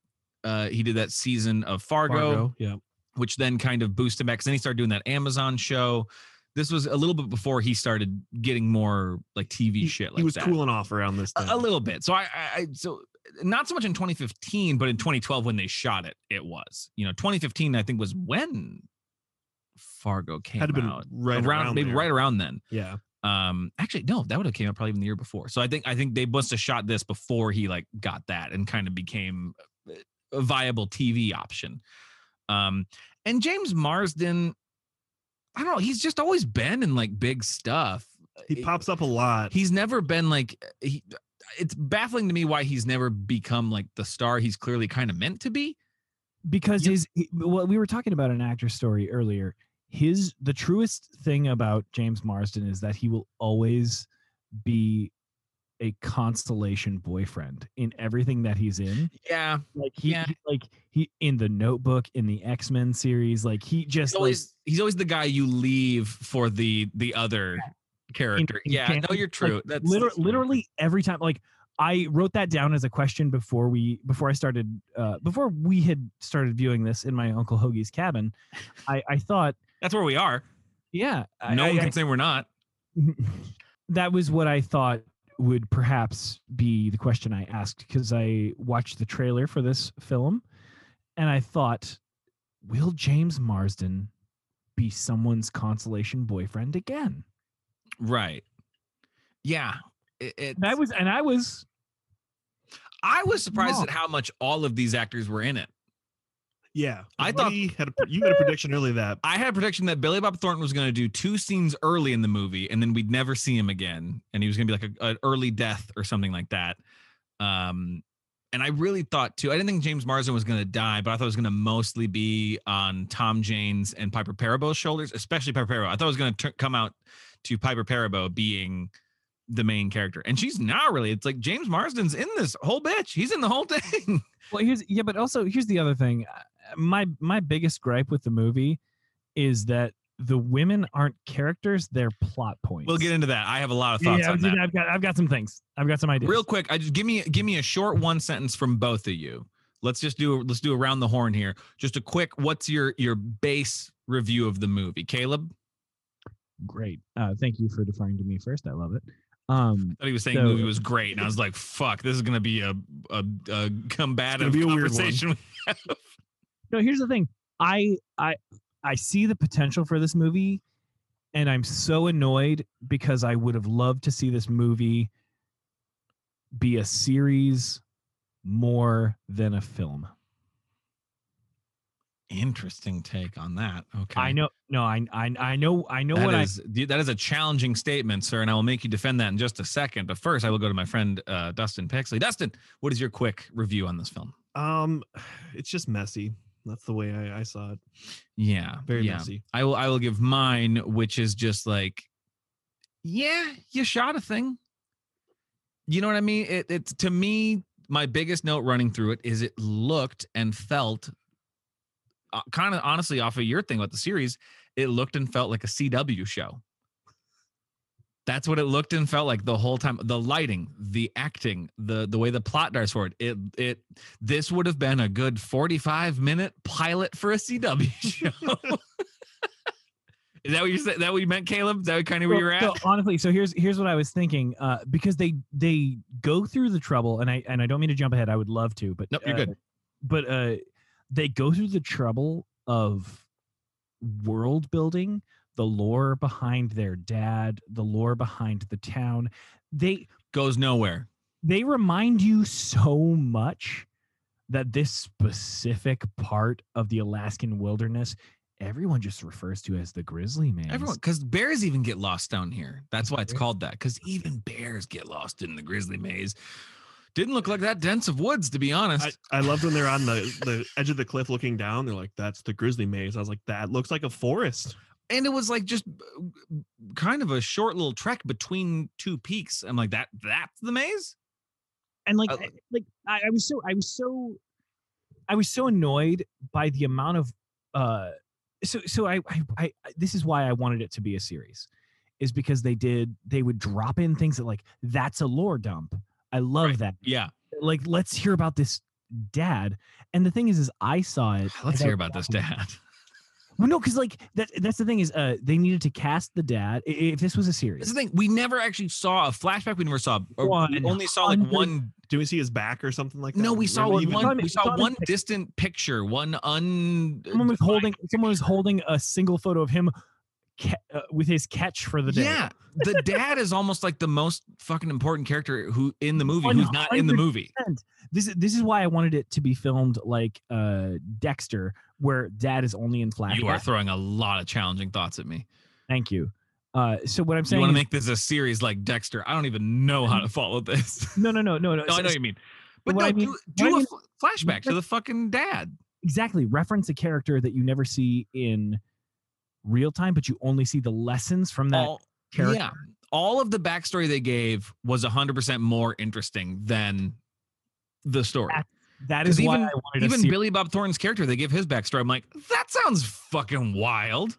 Speaker 2: uh he did that season of Fargo
Speaker 4: Yeah.
Speaker 2: which then kind of boosted him back. Because then he started doing that Amazon show. This was a little bit before he started getting more like TV
Speaker 3: He,
Speaker 2: shit like
Speaker 3: he was
Speaker 2: that.
Speaker 3: cooling off around this
Speaker 2: A-
Speaker 3: time.
Speaker 2: a, little bit. So I, I, I- so not so much in 2015, but in 2012 when they shot it, it was. You know, 2015 I think was when Fargo came
Speaker 3: Had to been
Speaker 2: out.
Speaker 3: right around
Speaker 2: maybe
Speaker 3: there.
Speaker 2: right around then.
Speaker 3: Yeah.
Speaker 2: Um, actually, no, that would have came out probably even the year before. So I think I think they must have shot this before he like got that and kind of became a viable TV option. Um, and James Marsden, I don't know, he's just always been in like big stuff.
Speaker 3: He
Speaker 2: It-
Speaker 3: pops up a lot.
Speaker 2: He's never been like he. It's baffling to me why he's never become like the star he's clearly kind of meant to be.
Speaker 4: Because
Speaker 2: You-
Speaker 4: his, he- well, we were talking about an actor story earlier. His, the truest thing about James Marsden is that he will always be a constellation boyfriend in everything that he's in.
Speaker 2: Yeah.
Speaker 4: Like he,
Speaker 2: Yeah.
Speaker 4: he- like he in the Notebook, in the X Men series, like he just
Speaker 2: He's always he's always the guy you leave for the the other character.
Speaker 4: in
Speaker 2: yeah,
Speaker 4: Japan,
Speaker 2: no, you're
Speaker 4: like,
Speaker 2: true. that's
Speaker 4: liter-
Speaker 2: that's true.
Speaker 4: literally every time like i wrote that down as a question before we before i started uh before we had started viewing this in my uncle hoagie's cabin i i thought
Speaker 2: That's where we are.
Speaker 4: yeah I-
Speaker 2: No
Speaker 4: I-
Speaker 2: one can
Speaker 4: I-
Speaker 2: say we're not.
Speaker 4: *laughs* that was what i thought would perhaps be the question i asked because i watched the trailer for this film and i thought will james marsden be someone's consolation boyfriend again
Speaker 2: Right. Yeah. It, it's-
Speaker 4: and i was and i was
Speaker 2: I was surprised
Speaker 4: No.
Speaker 2: at how much all of these actors were in it.
Speaker 3: Yeah,
Speaker 2: I thought-
Speaker 3: Buddy had a, you had a prediction earlier that
Speaker 2: I had a prediction that Billy Bob Thornton was going to do two scenes early in the movie, and then we'd never see him again, and he was going to be like a, an early death or something like that. Um, and I really thought too. I didn't think James Marsden was going to die, but I thought it was going to mostly be on Tom Jane's and Piper Parabow's shoulders, especially Piper Parabo. I thought it was going to come out to Piper Parabo being the main character, and she's not really. It's like James Marsden's in this whole bitch. He's in the whole thing. *laughs*
Speaker 4: Well, here's yeah, but also here's the other thing. Uh, My my biggest gripe with the movie is that the women aren't characters; they're plot points.
Speaker 2: we'll get into that. I have a lot of
Speaker 4: yeah,
Speaker 2: thoughts
Speaker 4: yeah,
Speaker 2: on that.
Speaker 4: I've got I've got some things. I've got some ideas.
Speaker 2: Real quick, I just give me give me a short one sentence from both of you. Let's just do let's do around the horn here. Just a quick, what's your your base review of the movie, Caleb?
Speaker 4: great. Uh, thank you for deferring to me first. I love it. Um,
Speaker 2: I thought he was saying
Speaker 4: So-
Speaker 2: the movie was great, and I was like, "Fuck, this is gonna be a a, a combative
Speaker 3: be a weird one.
Speaker 2: conversation."
Speaker 4: no, here's the thing. I I I see the potential for this movie, and I'm so annoyed because I would have loved to see this movie be a series more than a film.
Speaker 2: *laughs* Interesting take on that. Okay,
Speaker 4: I know. No, I, I, I know. I know
Speaker 2: That
Speaker 4: what *laughs*
Speaker 2: is- th- that is a challenging statement, sir, and I will make you defend that in just a second. But first, I will go to my friend uh, Dustin Pixley. Dustin, what is your quick review on this film?
Speaker 3: um, it's just messy. That's the way I, I saw it.
Speaker 2: Yeah,
Speaker 3: Very
Speaker 2: yeah.
Speaker 3: messy.
Speaker 2: I will I will give mine, which is just like, yeah, you shot a thing. You know what I mean? It it's to me, my biggest note running through it is it looked and felt uh, kind of honestly off of your thing about the series, it looked and felt like a CW show. That's what it looked and felt like the whole time. The lighting, the acting, the the way the plot darts forward. It it this would have been a good 45 minute pilot for a CW *laughs* show. Is that what you said? That what you meant, Caleb? Is that kind
Speaker 4: I.
Speaker 2: of where you're at?
Speaker 4: So, honestly, so here's here's what I was thinking. Uh, because they they go through the trouble, and I and I don't mean to jump ahead. I would love to, but
Speaker 2: Nope, you're
Speaker 4: uh,
Speaker 2: good.
Speaker 4: But uh, they go through the trouble of world building, the lore behind their dad, the lore behind the town. They
Speaker 2: Goes nowhere.
Speaker 4: they remind you so much that this specific part of the Alaskan wilderness, everyone just refers to as the grizzly man.
Speaker 2: Everyone, because bears even get lost down here. That's why it's called that. Because even bears get lost in the grizzly maze. Didn't look like that dense of woods, to be honest.
Speaker 3: I, I loved when they're on the the edge of the cliff looking down. They're like, "That's the grizzly maze." I was like, "That looks like a forest."
Speaker 2: and it was like just uh, kind of a short little trek between two peaks. I'm like, that that's the maze.
Speaker 4: and like
Speaker 2: I-
Speaker 4: I- like I, I was so I was so I was so annoyed by the amount of uh so so I, I I I- this is why I wanted it to be a series is because they did they would drop in things that like that's a lore dump. I love
Speaker 2: Right.
Speaker 4: that.
Speaker 2: Yeah,
Speaker 4: Like let's hear about this dad. And the thing is is I saw it.
Speaker 2: *sighs* let's
Speaker 4: and I
Speaker 2: hear about this,
Speaker 4: watched it. *laughs*
Speaker 2: Dad.
Speaker 4: Well, no, because like that that's the thing is uh they needed to cast the dad. I- If this was a series,
Speaker 2: That's the thing. We never actually saw a flashback. We never saw. or We
Speaker 4: One
Speaker 2: only saw like
Speaker 4: hundred
Speaker 2: one.
Speaker 3: Do we see his back or something like that?
Speaker 2: No, we saw
Speaker 3: Really even-
Speaker 2: one.
Speaker 4: It's
Speaker 2: We
Speaker 4: on- it's
Speaker 2: saw
Speaker 4: on
Speaker 2: one
Speaker 4: the-
Speaker 2: distant picture. One un.
Speaker 4: someone was holding someone was holding a single photo of him ca- uh, with his catch for the day.
Speaker 2: Yeah, the dad is almost like the most fucking important character who in the movie who's not in the
Speaker 4: 100%.
Speaker 2: movie.
Speaker 4: This is this is why I wanted it to be filmed like uh Dexter, where dad is only in flashback.
Speaker 2: You are throwing a lot of challenging thoughts at me.
Speaker 4: Thank you. Uh, so what I'm
Speaker 2: You
Speaker 4: saying,
Speaker 2: want to
Speaker 4: is-
Speaker 2: make this a series like Dexter? I don't even know how to follow this.
Speaker 4: *laughs* no, no, no, no, no.
Speaker 2: *laughs* no, I
Speaker 4: so-
Speaker 2: know what you mean. But
Speaker 4: what
Speaker 2: no,
Speaker 4: I mean-
Speaker 2: do,
Speaker 4: what I
Speaker 2: do a
Speaker 4: mean-
Speaker 2: fl- flashback to the fucking dad.
Speaker 4: exactly reference a character that you never see in real time, but you only see the lessons from that
Speaker 2: All-
Speaker 4: character.
Speaker 2: Yeah. all of the backstory they gave was 100% more interesting than the story.
Speaker 4: That
Speaker 2: Because
Speaker 4: is why
Speaker 2: even-
Speaker 4: I wanted to
Speaker 2: Even
Speaker 4: see.
Speaker 2: Billy Bob Thornton's character, they give his backstory. I'm like, that sounds fucking wild.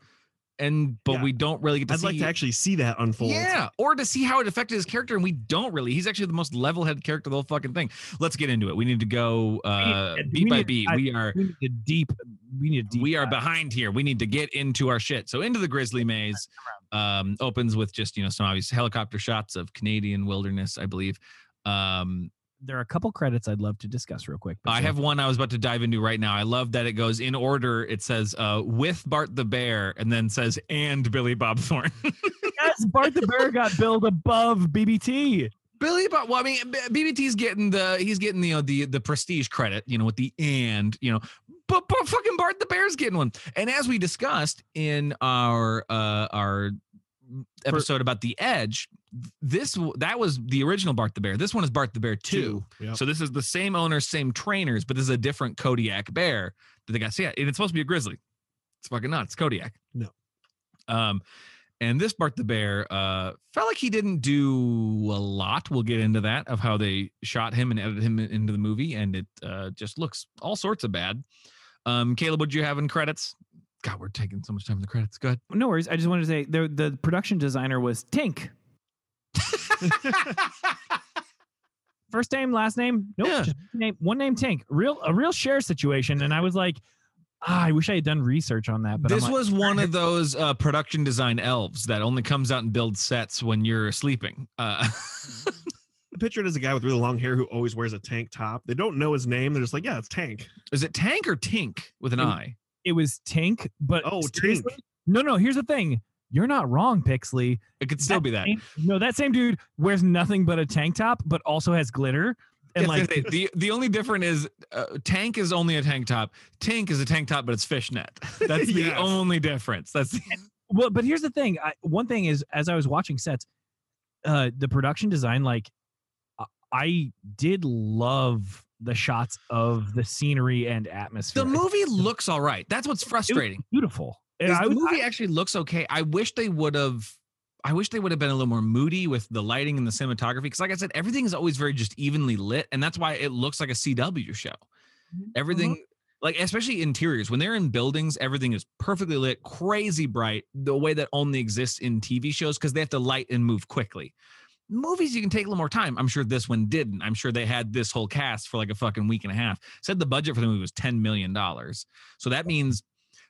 Speaker 2: And but
Speaker 3: Yeah.
Speaker 2: we don't really get to
Speaker 3: I'd
Speaker 2: see
Speaker 3: like to actually see that unfold.
Speaker 2: Yeah, or to see how it affected his character, and we don't really. He's actually the most level-headed character of the whole fucking thing. Let's get into it. We need to go uh,
Speaker 4: We need-
Speaker 2: beat
Speaker 4: we
Speaker 2: by
Speaker 4: need-
Speaker 2: beat.
Speaker 4: I-
Speaker 2: we are
Speaker 4: we need a deep. We need a deep.
Speaker 2: we are
Speaker 4: dive.
Speaker 2: behind here. We need to get into our shit. So into the Grizzly Maze um, opens with just you know some obvious helicopter shots of Canadian wilderness, I believe. Um,
Speaker 4: There are a couple credits I'd love to discuss real quick. but
Speaker 2: I
Speaker 4: so-
Speaker 2: have one I was about to dive into right now. I love that it goes in order. It says uh, with Bart the Bear, and then says and Billy Bob Thornton.
Speaker 4: *laughs*
Speaker 2: *laughs*
Speaker 4: yes. Bart the Bear got billed above BBT.
Speaker 2: Billy Bob. Well, I mean, B- BBT's getting the he's getting the you know, the the prestige credit, you know, with the and you know, but, but fucking Bart the Bear's getting one. And as we discussed in our uh our episode about the Edge, this w- that was the original Bart the Bear. This one is Bart the Bear two.
Speaker 3: Yep.
Speaker 2: So this is the same owner, same trainers, but this is a different Kodiak bear that they got. So yeah, and it's supposed to be a grizzly. It's fucking not. It's Kodiak.
Speaker 3: No.
Speaker 2: Um, and this Bart the Bear uh, felt like he didn't do a lot. We'll get into that of how they shot him and edited him into the movie, and it uh, just looks all sorts of bad. Um, Caleb, what do you have in credits? God, we're taking so much time in the credits. Go ahead.
Speaker 5: No worries. I just wanted to say the the production designer was Tink.
Speaker 3: *laughs*
Speaker 2: *laughs*
Speaker 4: First name, last name. Nope.
Speaker 2: Yeah.
Speaker 4: just one name, one name Tank. Real a real share situation. And I was like, ah, I wish I had done research on that. But
Speaker 2: this
Speaker 4: I'm like,
Speaker 2: was one of those uh, production design elves that only comes out and builds sets when you're sleeping. Uh, *laughs*
Speaker 3: I picture it as a guy with really long hair who always wears a tank top. They don't know his name. They're just like, yeah, it's Tank.
Speaker 2: is it Tank or Tink with an
Speaker 4: Ooh.
Speaker 2: I?
Speaker 4: it was Tink, but
Speaker 3: Oh,
Speaker 4: seriously- No, no, here's the thing. You're not wrong, Pixley.
Speaker 2: It could still be that.
Speaker 4: Same- no, that same dude wears nothing but a tank top, but also has glitter.
Speaker 2: Yeah, I
Speaker 4: And
Speaker 2: was
Speaker 4: like
Speaker 2: gonna say, the the only difference is uh, tank is only a tank top. Tank is a tank top, but it's fishnet.
Speaker 4: *laughs*
Speaker 2: That's the
Speaker 3: Yes.
Speaker 2: only difference. That's the,
Speaker 4: well but here's the thing I, one thing is as i was watching sets uh the production design like I- i did love the shots of the scenery and atmosphere
Speaker 2: the movie looks all right. That's what's frustrating.
Speaker 4: beautiful and
Speaker 2: is
Speaker 4: I,
Speaker 2: the
Speaker 4: was-
Speaker 2: movie actually looks okay. I wish they would have. I wish they would have been a little more moody with the lighting and the cinematography. Because, like I said, everything is always very just evenly lit, and that's why it looks like a CW show.
Speaker 4: Mm-hmm.
Speaker 2: Everything, like especially interiors, when they're in buildings, everything is perfectly lit, crazy bright, the way that only exists in TV shows because they have to light and move quickly. Movies, you can take a little more time. I'm sure this one didn't. I'm sure they had this whole cast for like a fucking week and a half. Said the budget for the movie was ten million dollars. So that means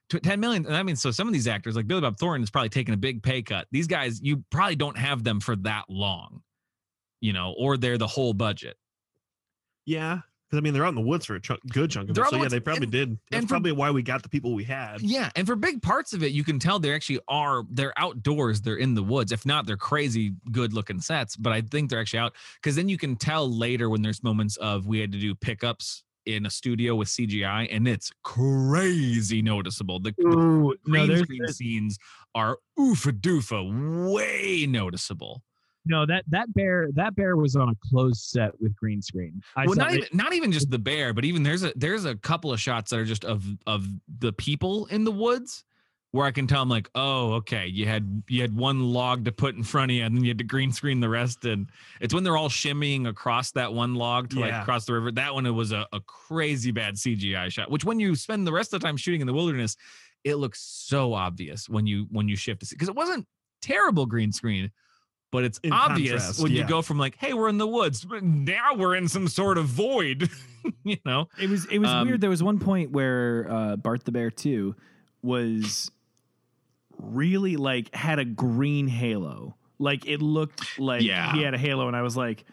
Speaker 2: tw- 10 million. And I mean, so some of these actors, like Billy Bob Thornton, is probably taking a big pay cut. These guys, you probably don't have them for that long, you know, or they're the whole budget.
Speaker 3: Yeah. Because I mean, they're out in the woods for a chunk, good chunk of
Speaker 2: They're
Speaker 3: it.
Speaker 2: out
Speaker 3: So
Speaker 2: in the
Speaker 3: yeah, they
Speaker 2: woods,
Speaker 3: probably
Speaker 2: and-
Speaker 3: did. That's
Speaker 2: and for-
Speaker 3: probably why we got the people we had.
Speaker 2: Yeah. And for big parts of it, you can tell they actually are, they're outdoors, they're in the woods. If not, they're crazy good looking sets, but I think they're actually out because then you can tell later when there's moments of we had to do pickups in a studio with CGI and it's crazy noticeable. The, the
Speaker 4: Ooh, Mm, no,
Speaker 2: green
Speaker 4: there's,
Speaker 2: screen
Speaker 4: there's-
Speaker 2: scenes are oofa doofa, way noticeable.
Speaker 4: no that that bear that bear was on a closed set with green screen. I
Speaker 2: well,
Speaker 4: saw
Speaker 2: not
Speaker 4: it-
Speaker 2: even not even just the bear, but even there's a there's a couple of shots that are just of of the people in the woods where I can tell I'm like, oh, okay, you had you had one log to put in front of you, and then you had to green screen the rest. And it's when they're all shimmying across that one log to
Speaker 3: Yeah.
Speaker 2: like cross the river. That one it was a, a crazy bad CGI shot. Which when you spend the rest of the time shooting in the wilderness, it looks so obvious when you when you shift because it wasn't terrible green screen but it's
Speaker 3: In
Speaker 2: obvious
Speaker 3: contrast,
Speaker 2: when you
Speaker 3: yeah.
Speaker 2: go from like hey we're in the woods but now we're in some sort of void *laughs* you know
Speaker 5: It was it was
Speaker 2: Um,
Speaker 5: weird. There was one point where uh, Bart the Bear too was really like had a green halo. Like it looked like
Speaker 2: Yeah.
Speaker 5: he had a halo, and I was like,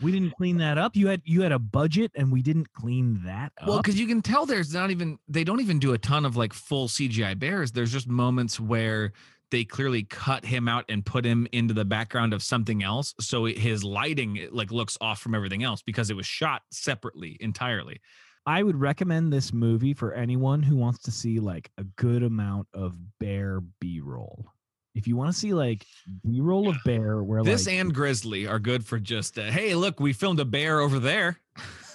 Speaker 4: we didn't clean that up. You had you had a budget and we didn't clean that up.
Speaker 2: well because you can tell there's not even they don't even do a ton of like full cgi bears there's just moments where they clearly cut him out and put him into the background of something else so it- his lighting it, like looks off from everything else because it was shot separately entirely
Speaker 4: I would recommend this movie for anyone who wants to see like a good amount of bear B roll. If you want to see like B roll of bear, where
Speaker 2: this
Speaker 4: like,
Speaker 2: and grizzly are good for just uh hey look we filmed a bear over there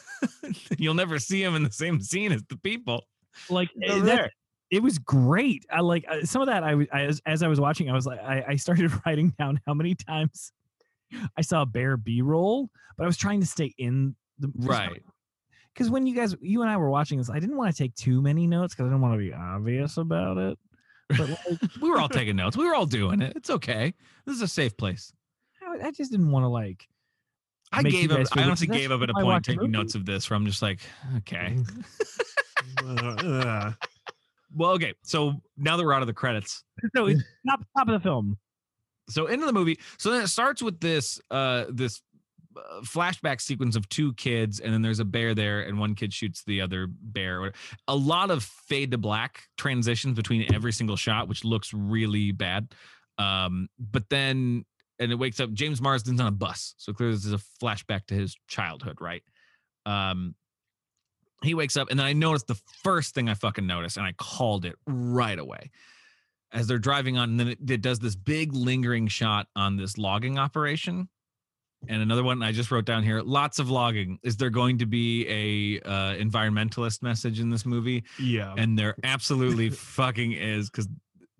Speaker 2: *laughs* you'll never see him in the same scene as the people
Speaker 4: like eh,
Speaker 5: Over
Speaker 4: that's-
Speaker 5: there.
Speaker 4: it was great. I like uh, some of that. I, w- I- as, as I was watching, I was like, I, I started *laughs* writing down how many times I saw a bear B roll, but I was trying to stay in the
Speaker 2: Right.
Speaker 4: Because when you guys, you and I were watching this, I didn't want to take too many notes because I didn't want to be obvious about it. But *laughs* like,
Speaker 2: *laughs* We were all taking notes. We were all doing it. It's okay. This is a safe place.
Speaker 4: I, I just didn't want to like.
Speaker 2: I
Speaker 4: Make you
Speaker 2: gave up.
Speaker 4: guys feel
Speaker 2: I
Speaker 4: good.
Speaker 2: honestly
Speaker 4: That's
Speaker 2: gave up at a
Speaker 4: why I
Speaker 2: point
Speaker 4: watch
Speaker 2: taking
Speaker 4: movies. Mm-hmm.
Speaker 2: notes of this, where I'm just like, okay.
Speaker 3: Uh,
Speaker 2: Well, okay. So now that we're out of the credits,
Speaker 4: No, it's not top of the film.
Speaker 2: so end of the movie so then it starts with this uh this uh, flashback sequence of two kids and then there's a bear there and one kid shoots the other bear a lot of fade to black transitions between every single shot which looks really bad um but then and it wakes up james marsden's on a bus so clearly this is a flashback to his childhood right um he wakes up and then i noticed the first thing i fucking noticed and i called it right away as they're driving on, and then it, it does this big lingering shot on this logging operation. And another one I just wrote down here: lots of logging. Is there going to be a uh, environmentalist message in this movie?
Speaker 3: yeah.
Speaker 2: And there
Speaker 3: *laughs*
Speaker 2: absolutely fucking is, because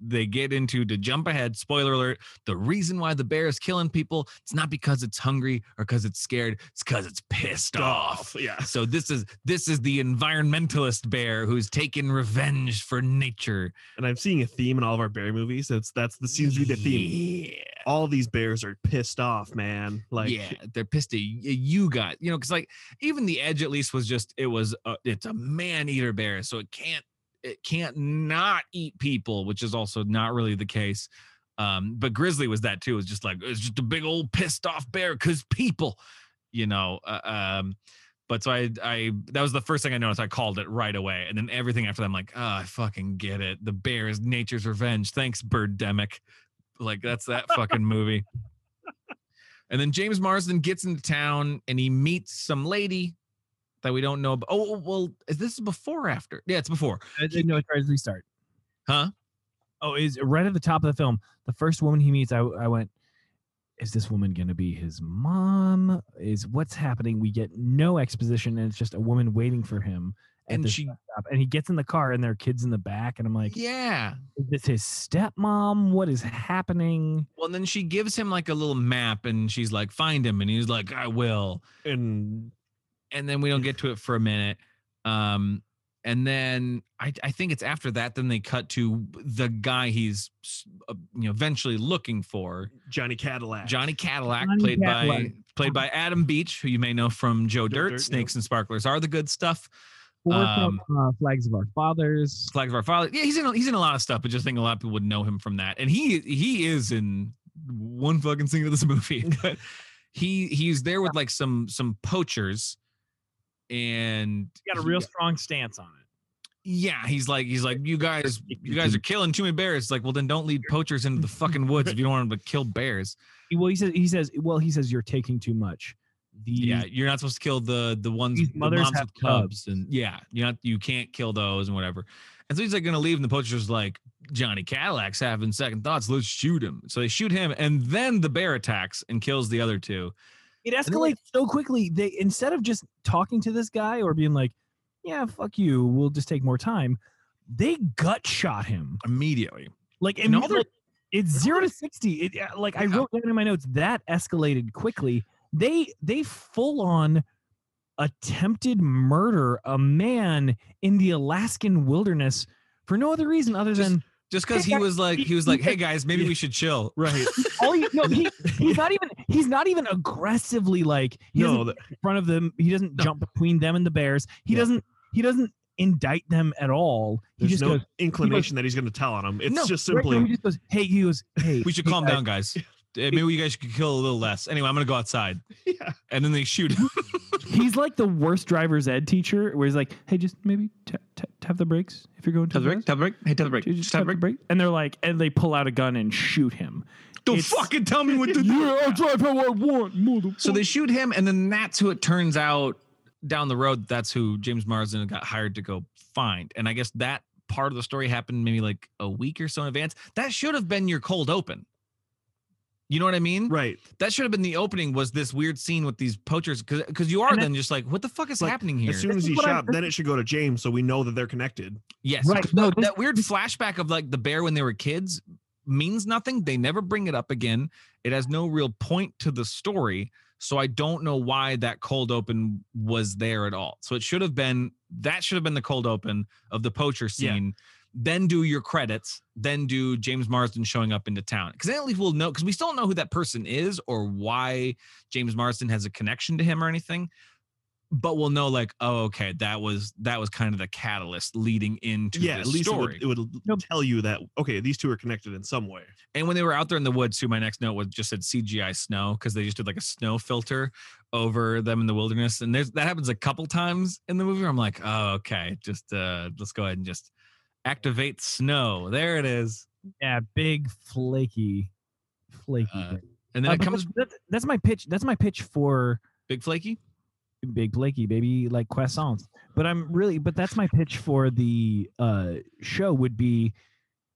Speaker 2: they get into to jump ahead. Spoiler alert: the reason why the bear is killing people, it's not because it's hungry or because it's scared. It's because it's pissed off.
Speaker 3: Yeah.
Speaker 2: So this is this is the environmentalist bear who's taking revenge for nature.
Speaker 3: And I'm seeing a theme in all of our bear movies. That's that's the seems to be the theme.
Speaker 2: Yeah.
Speaker 3: All these bears are pissed off, man. Like
Speaker 2: yeah, they're pissed at y- you got you know because like even the edge at least was just it was a, it's a man eater bear so it can't it can't not eat people which is also not really the case um but grizzly was that too it was just like it's just a big old pissed off bear because people you know uh, um but so I, I that was the first thing I noticed. I called it right away, and then everything after that, I'm like, oh, I fucking get it. The bear is nature's revenge. Thanks, Birdemic. Like that's that fucking movie. And then James Marsden gets into town and he meets some lady that we don't know about. Oh, well, is this before or after? Yeah, it's before.
Speaker 4: I didn't know it tries to restart.
Speaker 2: Huh?
Speaker 4: Oh, is right at the top of the film. The first woman he meets, I, I went, is this woman going to be his mom? Is what's happening? We get no exposition, and it's just a woman waiting for him. at
Speaker 2: And
Speaker 4: this
Speaker 2: she,
Speaker 4: bus stop. and he gets in the car, and there are kids in the back, and I'm like,
Speaker 2: yeah.
Speaker 4: is this his stepmom? What is happening?
Speaker 2: Well, then she gives him like a little map and she's like, find him. And he's like, I will.
Speaker 3: and
Speaker 2: and then we don't get to it for a minute. Um, and then I, I think it's after that. Then they cut to the guy he's uh, you know eventually looking for,
Speaker 3: Johnny Cadillac.
Speaker 2: Johnny Cadillac,
Speaker 4: Johnny
Speaker 2: played by
Speaker 4: Cadillac.
Speaker 2: played by Adam Beach, who you may know from Joe,
Speaker 3: Joe
Speaker 2: Dirt.
Speaker 3: Dirt,
Speaker 2: Snakes and Sparklers are the good stuff.
Speaker 4: Or from,
Speaker 2: Um,
Speaker 4: uh, Flags of Our Fathers.
Speaker 2: Flags of Our Father. Yeah, he's in he's in a lot of stuff, but just think a lot of people would know him from that. And he he is in one fucking scene of this *laughs*
Speaker 4: *laughs*
Speaker 2: movie. But he he's there with like some some poachers, and
Speaker 4: He got a
Speaker 2: he-
Speaker 4: real strong stance on it.
Speaker 2: yeah he's like he's like you guys you guys are killing too many bears it's like well then don't lead poachers into the fucking woods if you don't want them to kill bears
Speaker 4: He- Well, he says, he says, well, he says, you're taking too much. The
Speaker 2: yeah you're not supposed to kill the the ones
Speaker 4: These
Speaker 2: the
Speaker 4: mothers
Speaker 2: moms
Speaker 4: have
Speaker 2: with cubs and yeah you not you can't kill those and whatever and so he's like gonna leave and the poachers like johnny cadillac's having second thoughts let's shoot him so they shoot him and then the bear attacks and kills the other two
Speaker 4: it
Speaker 2: then, like-
Speaker 4: escalates so quickly. They instead of just talking to this guy or being like, "Yeah, fuck you, we'll just take more time," they gut shot him.
Speaker 2: immediately
Speaker 4: Like,
Speaker 2: And all
Speaker 4: immediately, it's zero to sixty. It, uh, like I
Speaker 2: Yeah.
Speaker 4: wrote down in my notes that escalated quickly. They they full on attempted murder a man in the Alaskan wilderness for no other reason other
Speaker 2: Just-
Speaker 4: than
Speaker 2: just because he was like he was like hey guys
Speaker 9: *laughs*
Speaker 2: maybe we should chill
Speaker 3: Right.
Speaker 4: all he, no, he,
Speaker 2: *laughs*
Speaker 4: he's not even he's not even aggressively like *laughs* he doesn't
Speaker 3: no, that,
Speaker 4: in front of them. He doesn't jump between them and the Bears. He
Speaker 3: Yeah.
Speaker 4: doesn't. He doesn't indict them at all. He
Speaker 3: there's
Speaker 4: just
Speaker 3: no
Speaker 4: goes.
Speaker 3: inclination that he's gonna tell on him. It's
Speaker 2: No,
Speaker 3: just
Speaker 4: right,
Speaker 3: simply
Speaker 4: no, he just goes. Hey, he goes. Hey,
Speaker 2: *laughs* we should
Speaker 4: hey,
Speaker 2: calm
Speaker 4: guys."
Speaker 2: down guys Eh, maybe you guys could kill a little less anyway i'm gonna go
Speaker 9: *laughs*
Speaker 2: outside
Speaker 3: Yeah.
Speaker 2: and then they shoot him
Speaker 5: He's like the worst driver's ed teacher, where he's like, "Hey, just maybe ta ta tap the brakes if you're going to fast.
Speaker 9: the break. Hey, tap the break.
Speaker 5: Just tap the brake." And they're like, and they pull out a gun and shoot him.
Speaker 9: Don't
Speaker 5: It's-
Speaker 9: fucking tell me
Speaker 5: *laughs*
Speaker 9: what to do.
Speaker 5: Yeah, I'll drive how I want, motherfucker.
Speaker 2: So they shoot him, and then that's who it turns out down the road. That's who James Marsden got hired to go find. And I guess that part of the story happened maybe like a week or so in advance. That should have been your cold open. You know what I mean?
Speaker 3: Right.
Speaker 2: That should have been the opening. Was this weird scene with these poachers? Because you are
Speaker 4: And
Speaker 2: then just like, what the fuck is
Speaker 3: like,
Speaker 2: happening here?
Speaker 3: As soon
Speaker 4: This
Speaker 3: as
Speaker 4: is
Speaker 3: he
Speaker 4: what I'm-
Speaker 3: shot, then it should go to James, so we know that they're connected.
Speaker 2: yes.
Speaker 4: Right,
Speaker 2: That-
Speaker 4: no,
Speaker 2: that,
Speaker 4: this-
Speaker 2: weird flashback of like the bear when they were kids means nothing. They never bring it up again. It has no real point to the story. So I don't know why that cold open was there at all. So it should have been that should have been the cold open of the poacher
Speaker 3: Yeah.
Speaker 2: scene. Then do your credits. Then do James Marsden showing up into town. Because then at least we'll know. Because we still don't know who that person is or why James Marsden has a connection to him or anything. But we'll know like, oh, okay, that was that was kind of the catalyst leading into
Speaker 3: yeah,
Speaker 2: this
Speaker 3: at least it
Speaker 2: story.
Speaker 3: would, it would
Speaker 4: Nope.
Speaker 3: tell you that okay, these two are connected in some way.
Speaker 2: And when they were out there in the woods, too, my next note was just said CGI snow because they just did like a snow filter over them in the wilderness. And there's that happens a couple times in the movie. Where I'm like, oh, okay, just uh, let's go ahead and just activate snow. There it is.
Speaker 4: Yeah, big flaky, flaky.
Speaker 2: Uh,
Speaker 4: thing.
Speaker 2: And then
Speaker 4: Uh,
Speaker 2: it
Speaker 4: but
Speaker 2: comes
Speaker 4: that's, that's- that's my pitch. That's my pitch for
Speaker 2: big flaky.
Speaker 4: Big Blakey, baby, like croissants. But I'm really, but that's my pitch for the uh, show would be,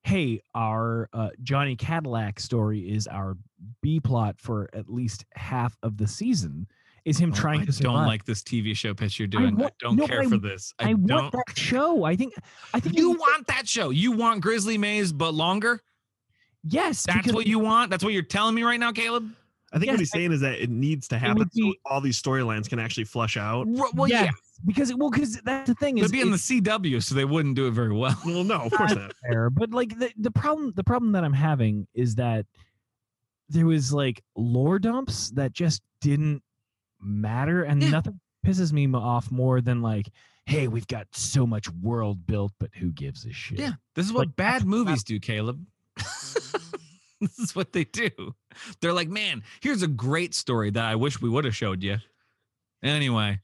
Speaker 4: hey, our uh, Johnny Cadillac story is our B plot for at least half of the season. Is him
Speaker 2: Oh,
Speaker 4: trying
Speaker 2: I
Speaker 4: to
Speaker 2: don't
Speaker 4: survive.
Speaker 2: like this TV show pitch you're doing. I,
Speaker 4: want-
Speaker 2: don't
Speaker 4: no,
Speaker 2: care
Speaker 4: I-
Speaker 2: for this. I,
Speaker 4: I,
Speaker 2: don't.
Speaker 4: want that show. I think. I think
Speaker 2: you
Speaker 4: we-
Speaker 2: want that show. You want Grizzly Maze, but longer.
Speaker 4: Yes,
Speaker 2: That's
Speaker 4: because
Speaker 2: what you want. That's what you're telling me right now, Caleb.
Speaker 3: I think
Speaker 4: Yes,
Speaker 3: what he's
Speaker 4: I-
Speaker 3: saying is that it needs to happen
Speaker 4: would
Speaker 3: so
Speaker 4: be-
Speaker 3: all these storylines can actually
Speaker 4: *laughs*
Speaker 3: flush out.
Speaker 2: Ru- Well, yeah,
Speaker 4: Yes, because it, well, because that's the thing
Speaker 2: they'd
Speaker 4: is
Speaker 2: be in the
Speaker 4: it's
Speaker 2: CW, so they wouldn't do it very well.
Speaker 3: Well, no, of
Speaker 4: *laughs*
Speaker 3: course not.
Speaker 4: fair, but like the, the problem, the problem that I'm having is that there was like lore dumps that just didn't matter, and
Speaker 2: Yeah.
Speaker 4: nothing pisses me off more than like, hey, we've got so much world built, but who gives a shit?
Speaker 2: Yeah, this is what
Speaker 4: Like,
Speaker 2: bad movies do,
Speaker 4: Mm-hmm.
Speaker 2: Caleb. *laughs* this is what they do. They're like, man, here's a great story that I wish we would have showed you. Anyway,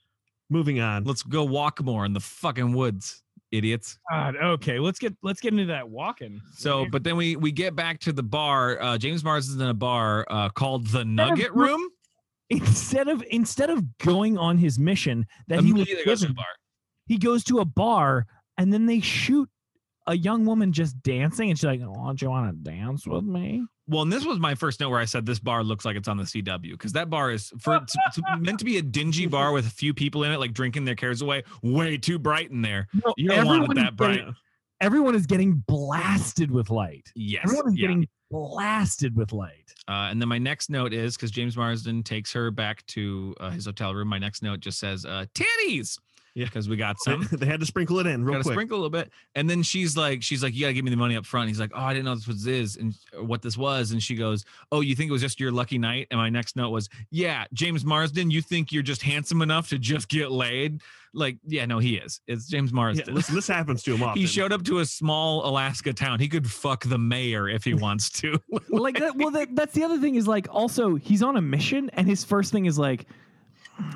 Speaker 3: Moving on.
Speaker 2: let's go walk more in the fucking woods, idiots.
Speaker 4: God, okay, let's get let's get into that walking.
Speaker 2: So, but then we we get back to the bar. Uh, James Mars is in a bar uh, called the
Speaker 4: of
Speaker 2: Nugget
Speaker 4: mo-
Speaker 2: Room.
Speaker 4: *laughs* instead of instead of going on his mission that he was
Speaker 2: Immediately goes to the
Speaker 4: given,
Speaker 2: bar.
Speaker 4: he goes to a bar and then they shoot a young woman just dancing and she's like oh, don't you want to dance with me
Speaker 2: Well, and this was my first note where I said this bar looks like it's on the CW because that bar is for it's, it's meant to be a dingy bar with a few people in it, like drinking their cares away. Way too bright in there.
Speaker 4: no,
Speaker 2: You don't want it that bright.
Speaker 4: getting, everyone is getting blasted with light
Speaker 2: Yes.
Speaker 4: everyone is
Speaker 2: yeah.
Speaker 4: getting blasted with light
Speaker 2: Uh, and then my next note is because James Marsden takes her back to uh, his hotel room. My next note just says uh, titties.
Speaker 3: Yeah.
Speaker 2: because we got
Speaker 3: They,
Speaker 2: some.
Speaker 3: they had to sprinkle it in *laughs* real
Speaker 2: Got to
Speaker 3: quick.
Speaker 2: sprinkle a little bit, and then she's like, she's like, you gotta give me the money up front. He's like, oh, I didn't know this was this and or what this was, and she goes, oh, you think it was just your lucky night? And my next note was, yeah, James Marsden, you think you're just handsome enough to just get laid? Like, yeah, no, he is. It's James
Speaker 3: Yeah,
Speaker 2: Marsden.
Speaker 3: listen, this happens to him
Speaker 2: *laughs*
Speaker 3: often.
Speaker 2: he showed up to a small Alaska town. He could fuck the mayor if he wants to.
Speaker 5: *laughs* like that well that, that's the other thing is like also he's on a mission and his first thing is like